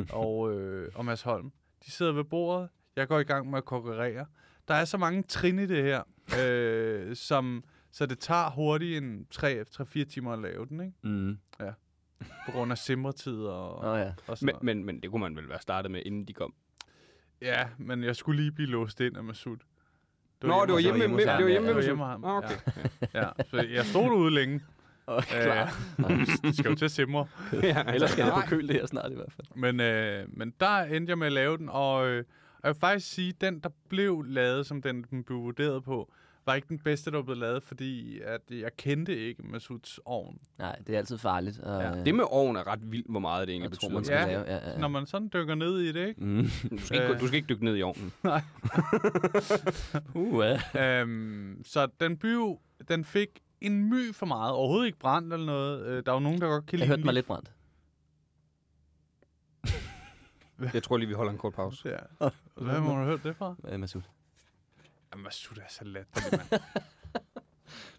og, øh, og Mads Holm. De sidder ved bordet, jeg går i gang med at konkurrere. Der er så mange trin i det her, øh, som, så det tager hurtigt en 3-4 timer at lave den, ikke? Mm. på grund af simretid og, Nå ja. og sådan Men, noget. men, men det kunne man vel være startet med, inden de kom. Ja, men jeg skulle lige blive låst ind af Masud. Nå, det var hos- hjemme det med var hjemme hos det ham, var ja, hjemme med det var Mesut. hjemme hos ham, Ah, okay. Ja, så jeg stod derude længe. Og klar. Det skal jo til at simre. Ja, altså, Ellers skal det nej. på køl det her snart i hvert fald. Men, øh, men der endte jeg med at lave den, og, øh, og jeg vil faktisk sige, den, der blev lavet, som den, den blev vurderet på, var ikke den bedste, der var blevet lavet, fordi at jeg kendte ikke Masuds ovn. Nej, det er altid farligt. Og, Ja, øh, Det med oven er ret vildt, hvor meget det jeg egentlig tror, man betyder. skal Ja. lave. Ja, ja. Når man sådan dykker ned i det, ikke? Mm. Du skal, ikke, gå- du skal ikke dykke ned i ovnen. Uh, ja. øhm, så den by, den fik en my for meget. Overhovedet ikke brændt eller noget. Øh, der var nogen, der godt kan Jeg lide hørte den mig lige- lidt brændt. Jeg tror lige, vi holder en kort pause. Ja. Hvad må du have hørt det fra? Øh, Masud. Jamen, Masud er så latterlig, mand.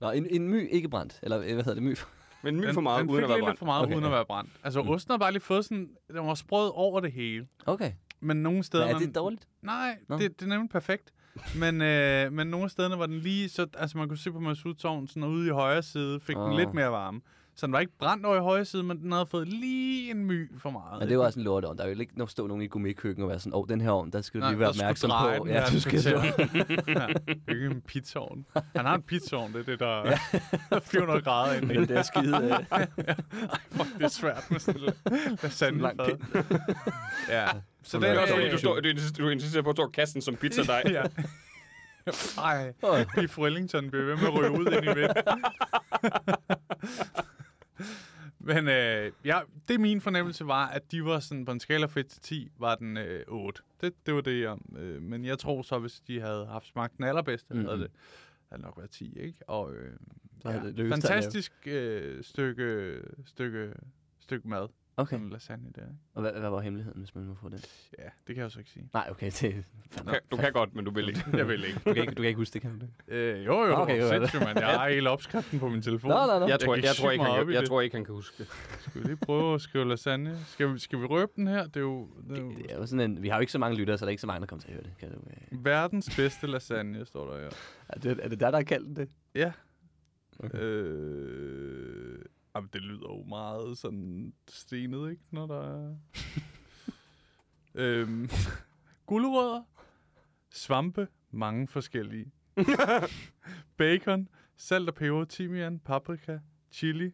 Nå, en, en my ikke brændt. Eller øh, hvad hedder det? My Men my Den- for meget, den uden fik at være lige lidt brændt. Mm. for meget, Okay, uden at ja. være brændt. Altså, osten har bare lige fået sådan... Den var sprød over det hele. Okay. Men nogle Men steder... er man- det dårligt? Nej, Nå. det, det er nemlig perfekt. Men, øh, men nogle af stederne var den lige... Så, altså, man kunne se på Masud Tårn, sådan ude i højre side, fik oh. Ah. den lidt mere varme. Så den var ikke brændt over i højre side, men den havde fået lige en my for meget. Men det var også en lorteovn. Der er jo ikke nok stå nogen i gummikøkken og være sådan, åh, oh, den her ovn, der skal du Nej, lige være der skulle opmærksom dreje på. den her Ja, du skal kvarter. så. ja, det er ikke en pizzaovn. Han har en pizzaovn, det er det, der er 400 grader inde i. Den der skide... Øh. Fuck, det er svært med sådan en lasagnefad. ja. Så Det Det er er også dårligt. fordi, du, står, du insisterer- du insisterer på at du kasten som pizza dig. ja. Ej, Åh. de Frillington bliver ved med at ryge ud ind i midten. Men øh, ja, det min fornemmelse var, at de var sådan, på en skala fra 1 til 10, var den øh, 8. Det, det var det, jeg, øh, men jeg tror så, hvis de havde haft smagt den allerbedste, mm. havde det havde det nok været 10, ikke? Og øh, Mhm. Så havde det ja, lykkes at lave. fantastisk øh, stykke, stykke, stykke mad. Okay, Sådan en lasagne der. ikke? og hvad, hvad var hemmeligheden, hvis man må få det? Ja, det kan jeg jo så ikke sige. Nej, okay, det... Du kan- Du kan godt, men du vil ikke. Jeg vil ikke. Du kan ikke, du kan ikke huske det, kan du det? Øh, jo, jo, Okay, okay, jo, jo, jo. sindssygt, mand. Jeg har hele opskriften på min telefon. Nå, nå, nå. Jeg tror, gik jeg, jeg, tror sygt ikke, han meget kan, op i jeg det. tror ikke, han kan huske det. Skal vi lige prøve at skrive lasagne? Skal vi, skal vi røbe den her? Det er jo, det er jo Det er jo sådan en, vi har jo ikke så mange lyttere, så der er ikke så mange, der kommer til at høre det. Kan du, øh... verdens bedste lasagne, står der her. er, det, er det der, der har kaldt det? Ja. Okay. Okay. Øh, jamen, det lyder jo meget sådan stenet, ikke? Når der er... øhm, gulerødder, svampe, mange forskellige. Bacon, salt og peber, timian, paprika, chili.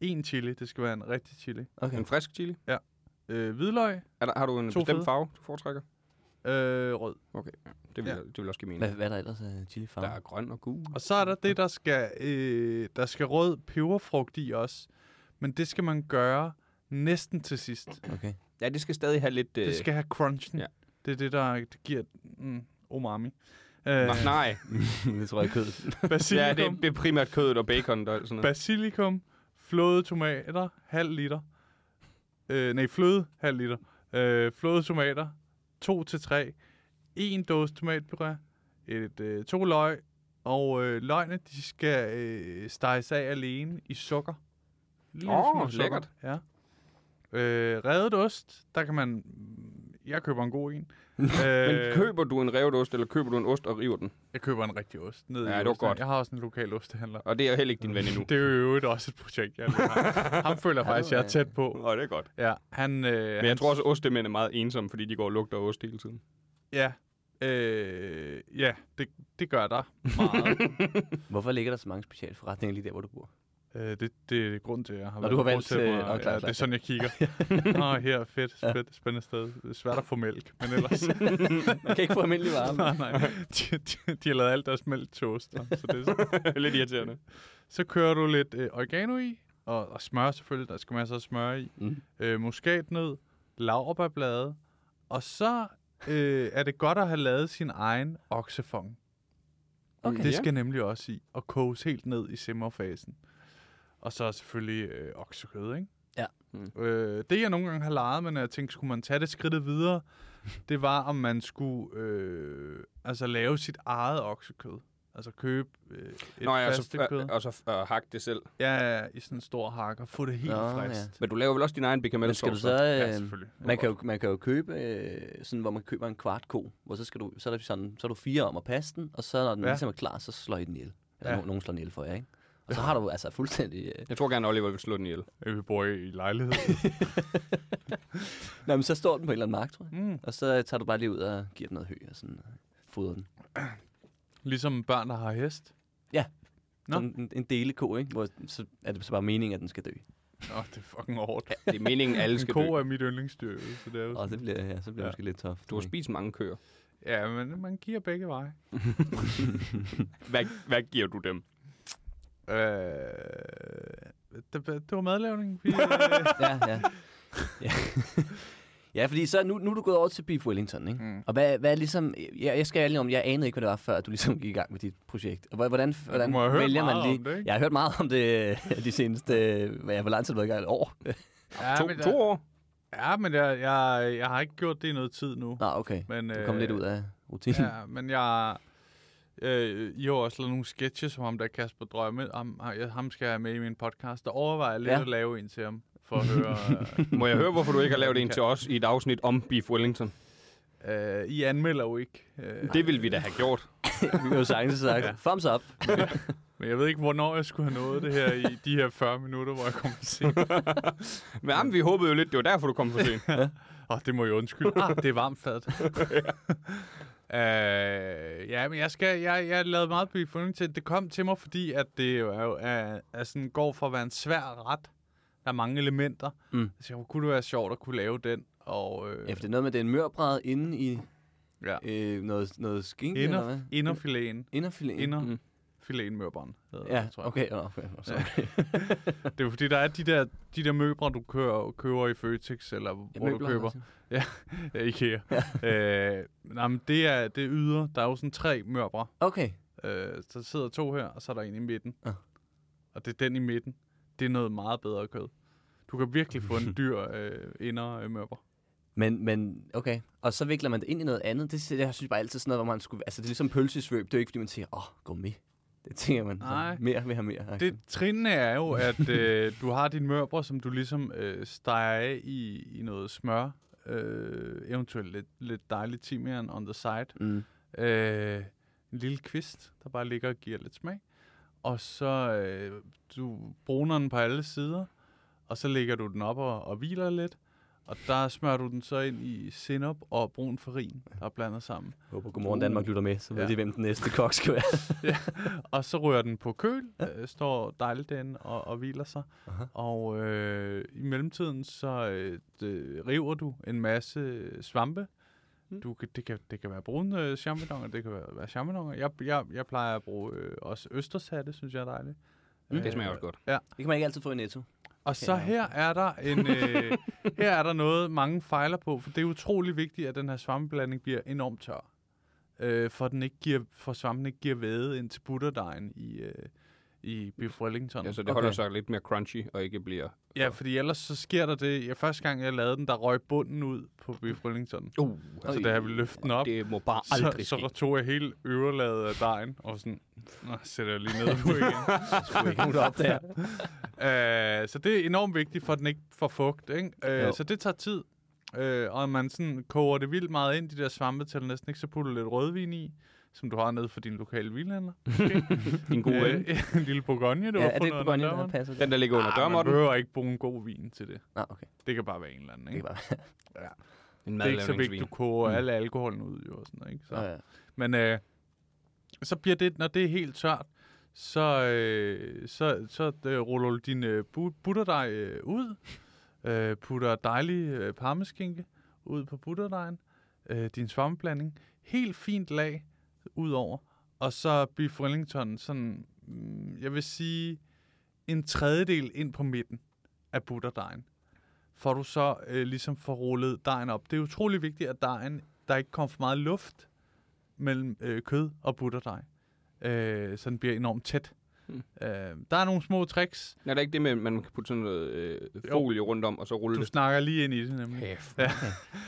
En chili, det skal være en rigtig chili. Okay. En frisk chili? Øh, hvidløg, Er der, har du en To bestemt fede. farve, du foretrækker? øh, rød. Det vil, Ja. ja. det vil også give Hvad, mening. hvad er der ellers af chili Der farve? er grøn og gul. Og så er der det, der skal, øh, der skal rød peberfrugt i også. Men det skal man gøre næsten til sidst. Okay. Ja, det skal stadig have lidt... Øh... Det skal have crunchen. ja. Ja. Det er det, der det giver mm, umami. Øh, Nå, nej. det tror jeg er kød. ja, basilikum, det er, det er primært kødet og bacon og sådan noget. basilikum, flåede tomater, halv liter. Øh, nej, fløde, halv liter. Øh, flåede tomater, to til tre. En dåse tomatpuré, et, øh, to løg, og øh, løgene, de skal øh, steges af alene i sukker. Lille Åh, smule lækkert. Ja. Øh, revet ost, der kan man... Jeg køber en god en. øh, Men køber du en revet ost, eller køber du en ost og river den? Jeg køber en rigtig ost. Ned Ja, i det var ostehandlen. godt. Jeg har også en lokal ostehandler. Og det er jo heller ikke din ven endnu. Det er jo i øvrigt også et projekt, jeg lige har. Ham føler jeg faktisk, jeg er tæt på. Åh, det er godt. Ja, han... Øh, Men jeg han- tror også, at ostemænd er meget ensomme, fordi de går og lugter af ost hele tiden. Ja, øh, ja det, det gør der meget. Hvorfor ligger der så mange specialforretninger lige der, hvor du bor? øh, det, det er grund til, at jeg har Nå, du har på valgt, Brugsen, øh, og- nå, klar, ja, klar, det er klar. sådan, jeg kigger. Nå, her, fedt, fedt, spændende sted. Det er svært at få mælk, men ellers... Man kan ikke få almindelig varme. nej, nej. De, de, de har lavet alt deres mælk toast, så det er sådan. Lidt irriterende. Så kører du lidt øh, oregano i, og, og smør selvfølgelig, der skal masser af smør i. Mm. Mm. Øh, muskatnød, laurbærblade, og så øh, er det godt at have lavet sin egen oksefong. Okay. Det skal nemlig også i, og koges helt ned i simmerfasen. Og så selvfølgelig øh, oksekød, ikke? Ja. Mm. Øh, det jeg nogle gange har leget, men jeg tænkte, skulle man tage det skridtet videre, det var, om man skulle øh, altså lave sit eget oksekød. Altså købe øh, et Nå ja, altså, og så, fastekød. og så og hakke det selv. Ja, ja, i sådan en stor hakke og få det helt Nå, Nå, frist. Men du laver vel også din egen Men bechamel skal du sauce? så... Ja, ja Øh, selvfølgelig. man, kan jo, man kan jo købe, øh, sådan, hvor man køber en kvart ko, hvor så, skal du, så, er der sådan, så er du fire om at passe den, og så når den ja. Ja. ligesom er klar, så slår I den ihjel. Eller Ja. ja. nogen slår den ihjel for jer, ikke? Og så har du altså fuldstændig... Øh... Jeg tror gerne, Oliver vil slå den ihjel. Ja, Øh, Vi bor i, i lejlighed. Nå, men så står den på en eller anden mark, tror jeg. mm. Og så tager du bare lige ud og giver den noget hø og sådan øh, fodrer den. Ligesom børn, der har hest. Nå. Sådan en, en deleko, ikke? Hvor, så er det så bare meningen, at den skal dø. Åh, det er fucking hårdt. Det er meningen, alle En skal ko dø. er mit yndlingsdyr, jo, så det er jo Og det sådan. bliver, ja, så bliver det Ja. måske lidt toft. Du har spist mange køer. Ja, men man giver begge veje. Hvad, hvad giver du dem? Øh, det, det var madlavning. Vi, øh, ja, ja. ja. Ja, fordi så nu, nu er du gået over til Beef Wellington, ikke? Mm. Og hvad, hvad er ligesom... Jeg, jeg skal ærlig om, jeg anede ikke, hvad det var, før du ligesom gik i gang med dit projekt. Og hva- hvordan, hvordan må have hørt vælger man meget lige... om det, ikke? Jeg har hørt meget om det øh, de seneste... øh, Hvad, hvor lang tid har du været i gang? Et år? ja, To, men, øh, to der- år? Ja, men jeg, jeg, jeg har ikke gjort det i noget tid nu. Nå, okay. Men, øh, Du kom lidt ud af rutinen. Ja. Ja, men jeg... Øh, I har også lavet nogle sketches som ham, der Kasper Drømme. Ham, ham skal jeg have med i min podcast. Der overvejer jeg lidt Ja. ja. at lave en til ham, for at høre... Må jeg høre, hvorfor du ikke har lavet en til os i et afsnit om Beef Wellington? øh, øh, I anmelder jo ikke. Øh, Det ville vi da have gjort. Vi har jo sagtens sagt, ja. thumbs up. Men jeg ved ikke, hvornår jeg skulle have nået det her i de her 40 minutter, hvor jeg kom for sent. Men jamen, vi håbede jo lidt, det var derfor, du kom for sent. Åh, det må jeg undskylde. Ah, det er varmt fadet. øh, ja, men jeg, skal, jeg, jeg lavede meget befuldning til. Det kom til mig, fordi at det jo er, jo er, er sådan, går for at være en svær ret. Der er mange elementer. Mm. Så jeg, kunne det være sjovt at kunne lave den? Og, øh, Ja, for det er noget med, det er en mørbræd inde i ja. øh, noget, noget skinke, eller hvad? Inder, inderfiléen. Inderfilet. Inder, Mm. mm. filéen mørbånd. Ja, okay. Oh, okay. Sorry. Det er jo fordi, der er de der, de der møbler, du kører, køber i Føtex, eller hvor du møbler, køber. altså. Ja, IKEA. øh, nej, men det er det er yder. Der er jo sådan tre mørbrer. Okay. Øh, så der sidder to her, og så er der en i midten. Ja. Og det er den i midten. Det er noget meget bedre kød. Du kan virkelig få en dyr øh, inder øh, mørber. Men, men, okay. Og så vikler man det ind i noget andet. Det, det jeg synes bare altid sådan noget, hvor man skulle... Altså, det er ligesom pølsesvøb. Det er jo ikke, fordi man siger, åh, oh, gå med. Det tænker man. Nej. Så, mere, vi har mere. Det trinne er jo, at øh, du har dine mørber, som du ligesom øh, steger af i, i noget smør. Øh, eventuelt lidt, lidt dejligt timian on the side. Mm. Øh, en lille kvist, der bare ligger og giver lidt smag. Og så øh, du bruner den på alle sider, og så lægger du den op og, og hviler lidt. Og der smører du den så ind i sinop og brun farin, der er blandet sammen. Jeg håber, Godmorgen Danmark lytter med, så ved Ja. de, hvem den næste kok skal være. Og så rører den på køl, øh, står dejligt den og, og hviler sig. Aha. Og øh, i mellemtiden så øh, det, river du en masse svampe. Du, kan- det, kan, det kan være brune øh, champignoner, det kan være, være champignoner. Jeg, jeg, jeg plejer at bruge øh, også østershatte, synes jeg er dejligt. Mm. Det smager også godt. Det kan man ikke altid få i Netto. Og så her er der en, øh, her er der noget, mange fejler på, for det er utrolig vigtigt, at den her svampeblanding bliver enormt tør. Øh, for, den ikke giver, for svampen ikke giver væde ind til butterdejen i, øh, i Beef Wellington. Ja, så det Okay. okay. holder sig lidt mere crunchy og ikke bliver... Ja, fordi ellers så sker der det. Ja, første gang, jeg lavede den, der røg bunden ud på Beef Wellington. Uh, Så da jeg ville løfte den op, det må bare så, aldrig så tog jeg hele øverlaget af dejen, og sådan, nå, sætter jeg lige ned på igen. Skulle ikke nogen, der opdager. Øh, så det er enormt vigtigt, for at den ikke får fugt. Ikke? Jo. Øh, så det tager tid. Øh, og man sådan koger det vildt meget ind, de der svampe til næsten ikke, så putter du lidt rødvin i, som du har nede for din lokale vinhandler. ske. Din gode ven. øh, en lille Bourgogne, du Ja, har er det fundet på under grønne, der døren. passer? Den, der ligger under Ah, man dørmåtten. behøver ikke bruge en god vin til det. Nå, okay. Det kan bare være en eller anden, Det ikke? er bare... Mm. En Det er ikke så vigtigt, madlavningsvin. du koger alle alkoholen ud, jo, og sådan noget, ikke? Så. Nå, ja. Men øh, så bliver det, når det er helt tørt, så, øh, så, så øh, ruller du din øh, bu- butterdej øh, ud, øh, putter dejlig øh, parmeskinke ud på butterdejen, øh, din svampeblanding, helt fint lag ud over, og så beef wellington sådan, mm, jeg vil sige, en tredjedel ind på midten af butterdejen, får du så øh, ligesom får rullet dejen op. Det er utrolig vigtigt, at dejen, der ikke kommer for meget luft, mellem øh, kød og butterdej. Øh, så den bliver enormt tæt. Mm. Øh, der er nogle små tricks. Er der ikke det med, at man kan putte sådan noget øh, folie rundt om, og så rulle Du det? snakker lige ind i det nemlig. Kæft. Ja.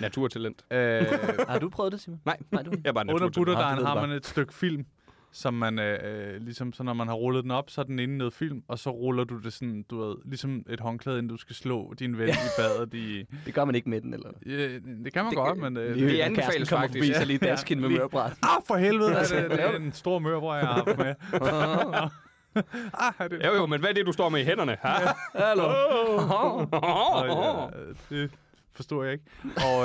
Naturtalent. Øh, Har du prøvet det, Simon? Nej. Nej, du... Jeg er bare under naturtalent. butterdejen ved har du man et stykke film, som man øh, øh, ligesom, så når man har rullet den op, så er den inde i noget film, og så ruller du det sådan, du ved, ligesom et håndklæde, inden du skal slå din ven i badet i... Det gør man ikke med den, eller? Øh, det kan man Det- godt, men... Øh, det- det- anbefales Kæresten kommer faktisk, Forbi, ja. så lige dask hende med mørbræt. Ah, for helvede, er det, det er en stor mørbrød, jeg har haft med. Ah, er det, Ja, jo, men hvad er det, du står med i hænderne? Ha? Hallo. Og, øh, det forstår jeg ikke. Og,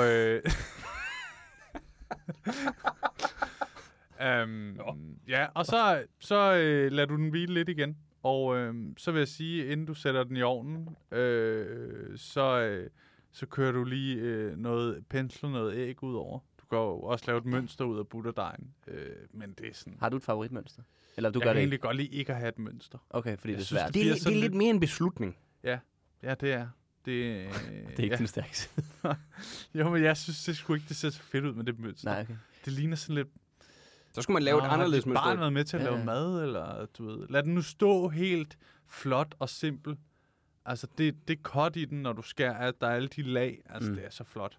øh, um, ja, og så, så øh, lader du den hvile lidt igen. Og øh, så vil jeg sige, inden du sætter den i ovnen, øh, så, øh, så kører du lige øh, noget pensler noget æg ud over. Du kan jo også lave et mønster ud af butterdejen. Øh, men det er sådan... Har du et favoritmønster? Eller du Jeg gør kan det egentlig ikke? godt lide ikke at have et mønster. Okay, fordi det er synes, svært. Det bliver er, det sådan er lidt- lidt mere en beslutning. Ja, det er. Det, øh, Det er ikke ja. den stærkeste. Jo, men jeg synes, det skulle ikke, det ser så fedt ud med det mønster. Nej, okay. Det ligner sådan lidt... Så skulle man lave et "Nå, har anderledes dit barn mønster. været med til at Ja, lave ja. mad, eller du ved... Lad den nu stå helt flot og simpel. Altså, det, det cut i den, når du skærer, at der er alle de lag. Altså, Mm. mm. det er så flot.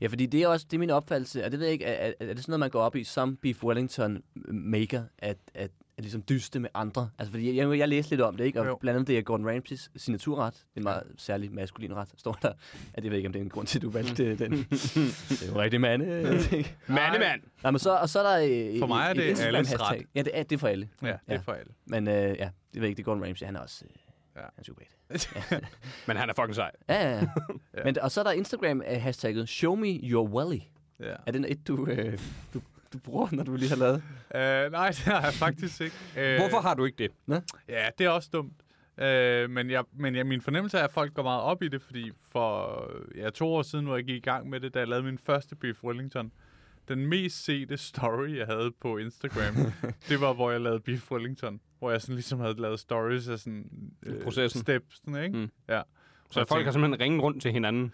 Ja, fordi det er også det er min opfattelse, og det ved jeg ikke, er, er, er det sådan noget, man går op i som Beef Wellington maker, at, at, at ligesom dyste med andre? Altså, fordi jeg, jeg, jeg læste lidt om det, ikke? Og Jo. blandt andet det er Gordon Ramsays signaturret, det er en meget særlig maskulin ret, står der. At jeg ved ikke, om det er en grund til, at du valgte Mm. øh, den. det er jo rigtig mande. øh, ting. Mandemand! Nej, men så, og så er der øh, For mig er et det Instagram alles hashtag. ret. Ja, det er, det er for alle. Ja, det Ja. er for alle. Men øh, ja, det ved jeg ikke, det er Gordon Ramsay, han er også... Øh, Ja. ja. Han er super bad. Men han er fucking sej. Ja, ja, ja. ja. Men, og så er der Instagram-hashtagget Show me your welly. ja. Er den et, du, øh, du, du bruger, når du lige har lavet? Øh, nej, det har jeg faktisk ikke. Øh, Hvorfor har du ikke det? Ja, det er også dumt. Øh, men jeg, men jeg, min fornemmelse er, at folk går meget op i det, fordi for ja, to år siden, hvor jeg gik i gang med det, da jeg lavede min første Beef Wellington, den mest sete story, jeg havde på Instagram, det var, hvor jeg lavede Beef Wellington. Hvor jeg sådan ligesom havde lavet stories af sådan... Processen. Steps, sådan, ikke? Mm. Mm. Ja. Så folk jeg har tænkte- simpelthen ringet rundt til hinanden.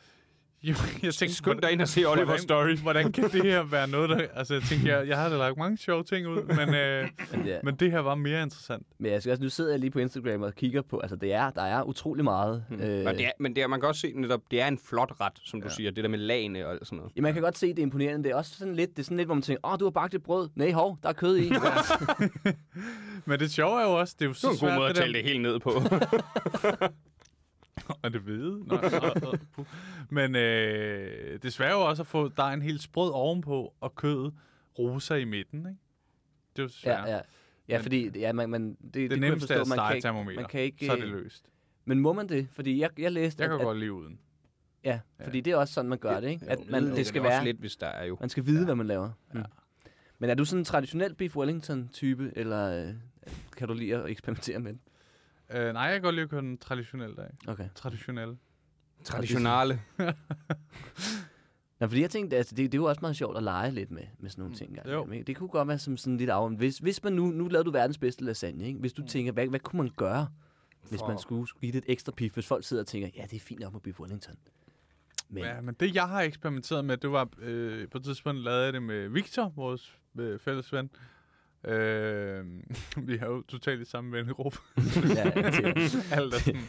Jo, jeg tænkte, Skynd dig ind og se Oliver hvordan, Story. hvordan kan det her være noget, der... Altså, jeg tænkte, jeg, jeg havde da lagt mange sjove ting ud, men, øh, Men, ja. men, men det her var mere interessant. men jeg skal også, nu sidder jeg lige på Instagram og kigger på, altså det er, der er utrolig meget. Hmm. Øh, Men, det er... er, men det er, man kan også se netop, det er en flot ret, som du ja. siger. Det der med lagene og sådan noget. Ja, man kan godt se, det er imponerende. Det er også sådan lidt, det er sådan lidt hvor man tænker, åh, oh, du har bagt et brød. Nej, hov, der er kød i. Men det sjove er jo også, det er jo Det så var en god svært, måde at det der tale det helt ned på. Og det hvide. Nå, og, og, puh. Men øh, det svære er jo også at få dejen helt sprød ovenpå, og kødet rosa i midten, ikke? Det er jo svært. ja, ja. Ja, Men- fordi ja, man, man, det, det, Det, det kunne jeg nemmeste er forstå, man at kan stege ikke, termometer. man kan ikke, så er det øh, løst. Men må man det? Fordi jeg, jeg læste, Jeg kan at, godt lide uden. at, ja, fordi det er også sådan, man gør det, ikke? At man, det skal er også være, lidt, hvis der er jo. man skal vide, hvad man laver. Mm. Men er du sådan en traditionel Beef Wellington-type, eller øh, kan du lide at eksperimentere med den? Øh, nej, jeg kan godt lide at køre den traditionelle af. Okay. Traditionelle. Traditionale. Nå, fordi jeg tænkte, altså, det, det er jo også meget sjovt at lege lidt med, med sådan nogle ting. engang Mm, jo. imellem, ikke? Det kunne Mm. godt være som sådan lidt af, hvis, hvis man nu, nu lavede du verdens bedste lasagne, ikke? hvis du tænker, hvad, hvad kunne man gøre hvis man skulle, skulle give det et ekstra pif, hvis folk sidder og tænker, ja, det er fint nok med Biff Wellington. Men Ja, men det, jeg har eksperimenteret med, det var øh, på et tidspunkt, lavede jeg det med Victor, vores øh, fælles ven. Øh, vi er jo totalt i samme vennegruppe. ja, til, Alt er sådan.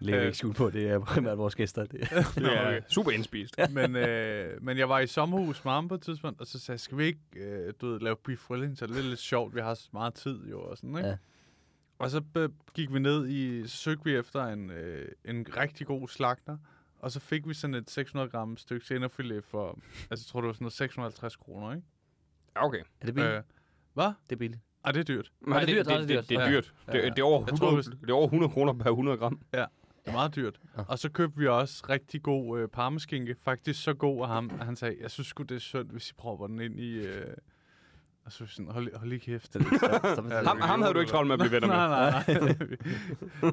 lægger Øh. ikke skjul på, det er primært vores gæster. Det. Nå, okay. super indspist. men, øh, men jeg var i sommerhus med ham på et tidspunkt, og så sagde jeg, skal vi ikke øh, du ved, lave beef Wellington? så det er lidt sjovt, vi har så meget tid jo og sådan, ikke? Ja. Ja. Og så øh, gik vi ned i, så søgte vi efter en, øh, en rigtig god slagter, og så fik vi sådan et 600 gram stykke senderfilet for, altså jeg tror det var sådan noget 650 kroner, ikke? Ja, okay. Er det billigt? Øh, hvad? Det er billigt. Ah, det er dyrt. Nej, det er dyrt, det, nej, det er dyrt. Det, det er Ja. dyrt. Ja, Det, ja. det, er over 100, Jeg tror, hvis- det er over 100 kroner per 100 gram. Det er meget dyrt. Ja. Og så købte vi også rigtig god øh, parmeskinke. Faktisk så god af ham, at han sagde, jeg synes sgu, det er synd, hvis I propper den ind i... Øh... Og så var vi sådan, hold, hold lige kæft. Det er Så, Ham, ham havde du ikke travlt med at blive venner med. nej,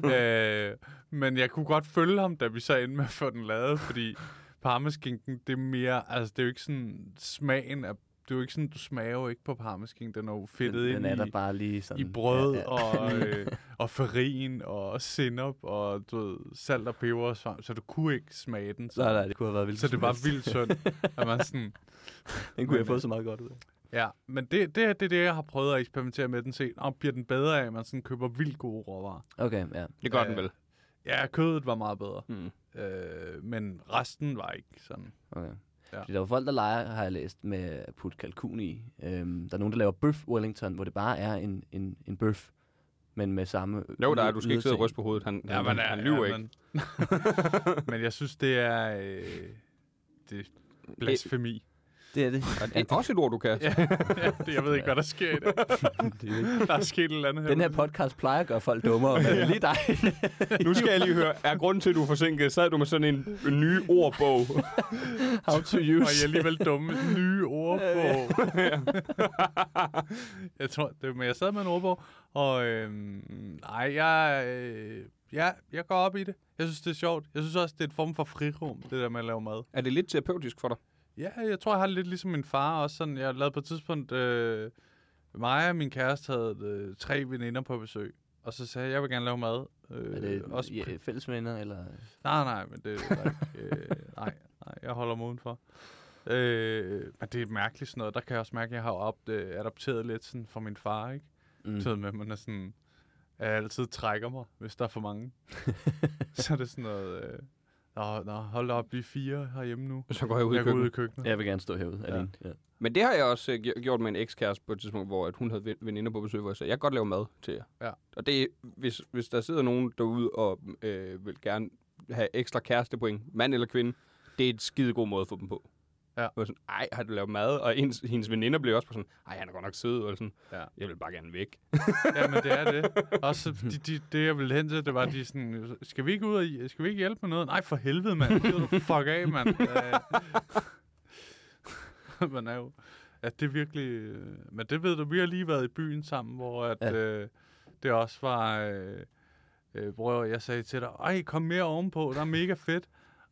nej, nej. øh, men jeg kunne godt følge ham, da vi så endte med at få den lavet, fordi parmeskinken, det er mere... Altså, det er jo ikke sådan smagen af... Det er jo ikke sådan, du smager jo ikke på parmeskinken. Den er jo fedtet den, ind den er i... der bare lige sådan. I brød ja, ja. og, øh, og farin og sinup og du ved, salt og peber og svamp, så du kunne ikke smage den. Så, Nej, nej, det kunne have været vildt. så det var vildt synd, at man sådan... Den kunne jeg få så meget godt ud af. Ja, men det, det, er- det er det, jeg har prøvet at eksperimentere med den se. Og bliver den bedre af, at man sådan køber vildt gode råvarer? Okay, ja. Det gør Ja, den vel. Ja, kødet var meget bedre, Mm. øh, men resten var ikke sådan. Okay. Ja. Ja. Fordi der er jo folk, der leger, har jeg læst, med at putte kalkun i. Øhm, der er nogen, der laver bøf Wellington, hvor det bare er en, en, en bøf, men med samme... Jo, der er, du skal ikke sidde og lyderting. ryste på hovedet. Han, ja, øh, han, han lyver ikke. Men, men jeg synes, det er... Øh, det er blasfemi. Det er det. Det er også et ord, du kan. Ja, ja, det, jeg ved ikke, hvad der sker i dag. Der er sket et eller andet her. Den her podcast plejer at gøre folk dummere, men det er lige dig. Nu skal jeg lige høre, er grunden til, at du er forsinket, sad du med sådan en, en ny ordbog? How to Og jeg er use. alligevel dumme nye ordbog. jeg tror, det, men jeg sad med en ordbog, og øhm, nej, jeg, øh, ja, jeg går op i det. Jeg synes, det er sjovt. Jeg synes også, det er et form for frirum, det der med at lave mad. Er det lidt terapeutisk for dig? Ja, jeg tror, jeg har det lidt ligesom min far også. Sådan, jeg lavede på et tidspunkt... Øh, mig og min kæreste havde øh, tre veninder på besøg. Og så sagde jeg, jeg vil gerne lave mad. Øh, Er det også ja, fællesvenner, eller... Nej, nej, men det er der ikke... Øh, nej, nej, jeg holder mig udenfor. Øh, men det er mærkeligt sådan noget. Der kan jeg også mærke, at jeg har op, øh, adopteret lidt sådan fra min far, ikke? Mm. Mm. Så med, at man er sådan... At jeg altid trækker mig, hvis der er for mange. så er det sådan noget... Øh, nå, nå, hold da op, vi er fire herhjemme nu. Så går jeg ud i Jeg går ud i køkkenet. køkkenet. Jeg vil gerne stå herude Ja. alene. Ja. Men det har jeg også øh, gj- gjort med en ekskæreste på et tidspunkt, hvor at hun havde ven- veninder på besøg, hvor jeg sagde, jeg kan godt lave mad til jer. Ja. Og det, er- hvis, hvis der sidder nogen derude og øh, vil gerne have ekstra kærestepoint, mand eller kvinde, det er et skide god måde at få dem på. Ja. Hvor sådan, ej, har du lavet mad? Og ens, hendes veninder blev også på sådan, ej, han er godt nok sød, og sådan, Ja. jeg vil bare gerne væk. Ja, men det er det. Også de, de, det, jeg ville hen til, det var, de sådan, skal vi ikke ud og, skal vi ikke hjælpe med noget? Nej, for helvede, mand. Gider du fuck af, mand. Øh, man er jo... Ja, det er virkelig... øh, Men det ved du, vi har lige været i byen sammen, hvor at, Ja. ja. øh, det også var... Øh, øh, bror, jeg sagde til dig, ej, kom mere ovenpå, der er mega fedt.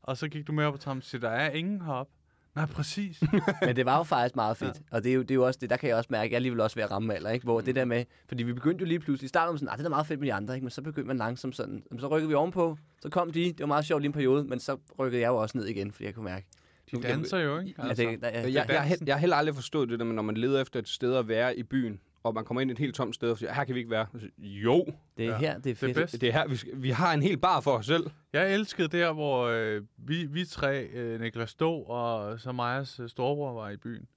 Og så gik du med op og trappen og sagde, der er ingen herop. Nej, præcis. Men det var jo faktisk meget fedt. Ja. Og det er, jo, det er jo også det, der kan jeg også mærke, at jeg er alligevel også ved at ramme alder, ikke? Hvor det der med, fordi vi begyndte jo lige pludselig, i starten var man sådan, "Ah, det er da meget fedt med de andre, ikke? Men så begyndte man langsomt sådan, "Jamen, så rykkede vi ovenpå, så kom de, det var meget sjovt lige en periode, men så rykkede jeg jo også ned igen, fordi jeg kunne mærke. De danser jo, ikke? Altså, det, der, ja, Jeg, jeg, jeg, har he- jeg har heller aldrig forstået det der med, når man leder efter et sted at være i byen, og man kommer ind et helt tomt sted og siger, her kan vi ikke være. Og Så, jo, det er ja. her, det er Det er fedt. bedst. det er her, vi, skal, vi har en hel bar for os selv. Jeg elskede der, hvor øh, vi, vi tre, øh, Niklas Stå og så Majas øh, storebror var i byen.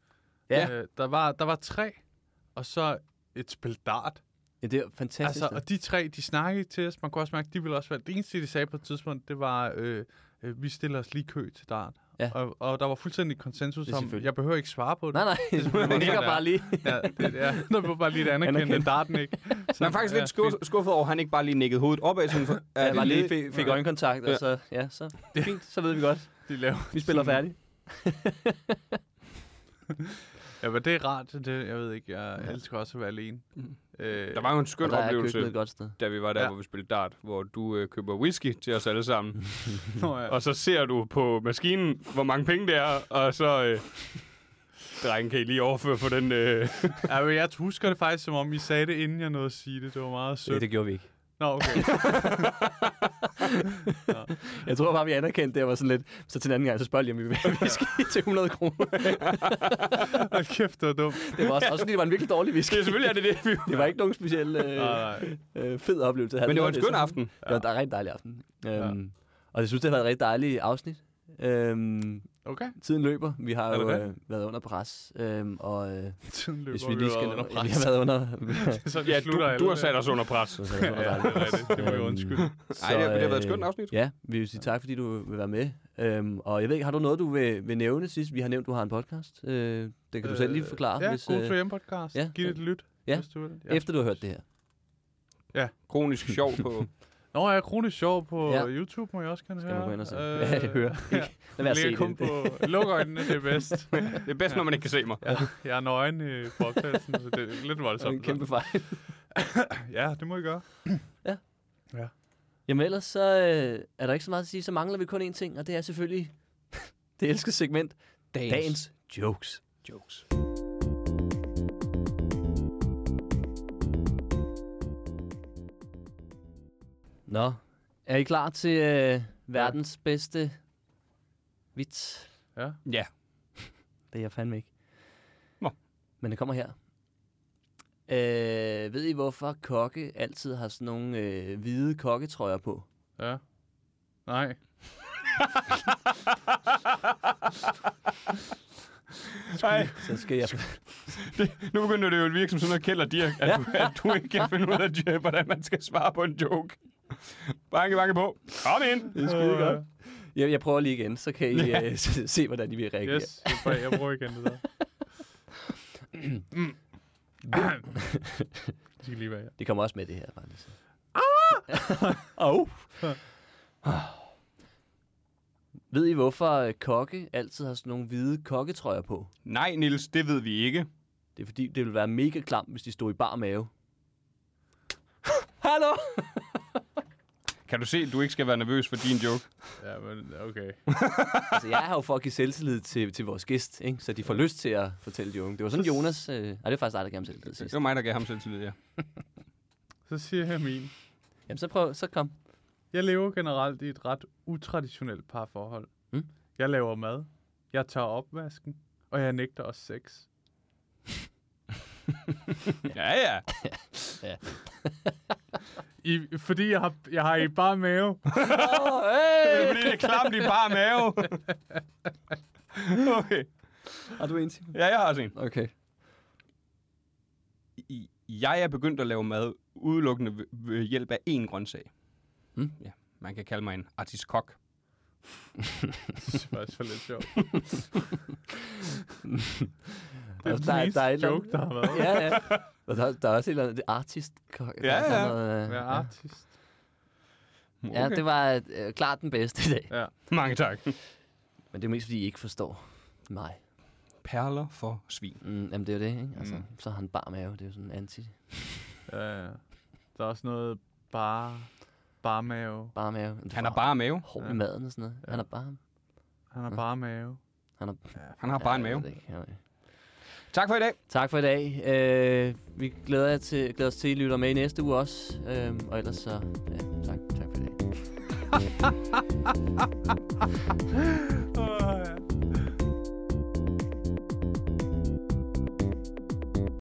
Ja. Øh, der, var, der var tre, og så et spil dart. ja, det er fantastisk. Altså, Altså, og de tre, de snakkede ikke til os. Man kunne også mærke, de ville også være... Det eneste, de sagde på et tidspunkt, det var, øh, øh, vi stiller os lige kø til dart. Ja. Og, og der var fuldstændig konsensus Det er om, selvfølgelig. jeg behøver ikke svare på det. nej, nej, det ligger bare lige. Ja, det, ja. Der var bare lige et anerkendende Anerkendt. darten, ikke? Så, Man er faktisk ja, lidt skuffet, skuffet over, at han ikke bare lige nikkede hovedet opad. Sådan, for, Ja, er jeg bare det lige lidt- fik, fik øjenkontakt, og så, ja, så fint, så ved vi godt. De laver Vi spiller sådan- færdigt. Ja, men det er rart. Det, jeg ved ikke, jeg elsker også at være alene. Mm. Øh, Der var jo en Og skøn der er køkkenet oplevelse, et godt sted. da vi var der, ja. Ja. hvor vi spillede dart, hvor du øh, køber whisky til os alle sammen, Nå, ja. og så ser du på maskinen, hvor mange penge det er, og så... Øh, Drengen, kan I lige overføre på den... Øh... ja, men jeg husker det faktisk, som om I sagde det, inden jeg nåede at sige det. Det var meget Ja, sødt. det gjorde vi ikke. Nå, Nå, okay. Jeg tror bare, vi anerkendte det, og var sådan lidt... Så til den anden gang, så spørger jeg lige, om vi vil whisky til 100 kroner. Hold kæft, det var dumt. Det var også, også fordi, det var en virkelig dårlig whisky. Det er selvfølgelig er det det, vi... Det var ikke nogen speciel øh, Nej, nej. øh, fed oplevelse. jeg havde. Men det var en skøn sådan- aften. Det var en rigtig dejlig aften. Øhm, Og jeg synes, det har været et rigtig dejligt afsnit. Øhm, Okay. tiden løber. Vi har Er jo det det? øh, været under pres. Øhm, og øh, Tiden løber. hvis vi lige skal... under Ja, vi har været under... Så vi Ja, du, slutter du har alle. sat os under pres. Så det var Ja, det er rigtigt. Det må jeg undskylde. Ej, det, det har været et skønt afsnit. Øhm, øh, Ja, vi vil sige tak, fordi du vil være med. Øhm, og jeg ved ikke, har du noget, du vil, vil nævne sidst? Vi har nævnt, du har en podcast. Øh, det kan du selv lige Øh, forklare. Ja, hvis, øh, god to hjem podcast. ja. Giv det et lyt. Ja. hvis du vil. Ja. efter du har hørt det her. Kronisk sjov på... Nå, jeg er kronisk sjov på Ja. ja. YouTube, må jeg også kan høre. Skal man gå ind og se? Ja, det øh, hører. Ja. Lad være at se Ligger kun det. det. på... Luk øjnene, det er bedst. Det er bedst, når man ikke kan se mig. Ja, jeg er nøgen i podcasten, så det er lidt Det er en voldsomt. kæmpe fejl. Ja, det må I gøre. Jamen ellers så øh, er der ikke så meget at sige. Så mangler vi kun én ting, og det er selvfølgelig det elskede segment. Dagens, Dagens jokes. Jokes. Nå, er I klar til øh, verdens bedste vits? Ja. Ja. Det er jeg fandme ikke. Nå. Men det kommer her. Øh, ved I, hvorfor kokke altid har sådan nogle øh, hvide kokketrøjer på? Ja. Nej. Ej, Så skal jeg... det, nu begynder det jo at virke som sådan noget kælder, Dirk, at, ja. du, at du ikke kan finde ud af, Dirk, hvordan man skal svare på en joke. Banke, banke på. Kom ind. Det er skide godt. Øh, Jeg, jeg prøver lige igen, så kan I øh, se, se, hvordan I vil reagere. Yes, jeg, prøver, jeg bruger igen det der. Mm. det skal lige være her. Det kommer også med det her, bare lige så. Ah! oh. Ved I, hvorfor øh, kokke altid har sådan nogle hvide kokketrøjer på? Nej, Nils, det ved vi ikke. Det er fordi, det ville være mega klamt, hvis de stod i bar mave. Hallo! Kan du se, at du ikke skal være nervøs for din joke? Ja, men okay. altså, jeg er her jo for at give selvtillid til, til vores gæst, ikke? så de får lyst til at fortælle de unge. Det var sådan, Jonas... Øh... Ej, det var faktisk dig, der gav ham selvtillid Det sidst. var mig, der gav ham selvtillid, ja. Så siger jeg min. Jamen, så prøv, så kom. Jeg lever generelt i et ret utraditionelt parforhold. Mm. Jeg laver mad, jeg tager opvasken, og jeg nægter også sex. Ja, ja. I, fordi jeg har, jeg har i bare mave. Åh, hey! Det er fordi, det er klamt i bare mave. Okay. Har du en til? Ja, jeg har også en. Okay. I- Jeg er begyndt at lave mad udelukkende ved- ved hjælp af én grøntsag. Hmm. Ja, man kan kalde mig en artiskok. Det er faktisk for lidt sjovt. Det er Og der er- den der er et der eller joke, andet- der har været. ja, ja. Og der, der er også et eller andet det er artist. Ja, Ja, ja. Noget, øh, Med ja. artist. Okay. ja, det var øh, klart den bedste i dag. Ja. Mange tak. Men det er mest, fordi I ikke forstår mig. Perler for svin. Mm, jamen, det er jo det, ikke? Altså, Så har han bar mave. Det er jo sådan anti Ja, ja. Der er også noget bare, bare mave. bar mave. Det Han har bare mave. Hård i Ja. maden og sådan noget. Han er bare... Han har bare mave. Han er Han har bare en Ja, jeg mave. ved det ikke. Jeg ved det ikke. Tak for i dag. Tak for i dag. Øh, vi glæder, jer til, glæder os til, at I lytter med i næste uge også. Øh, og ellers så... Ja, tak, tak for i dag. Åh, ja.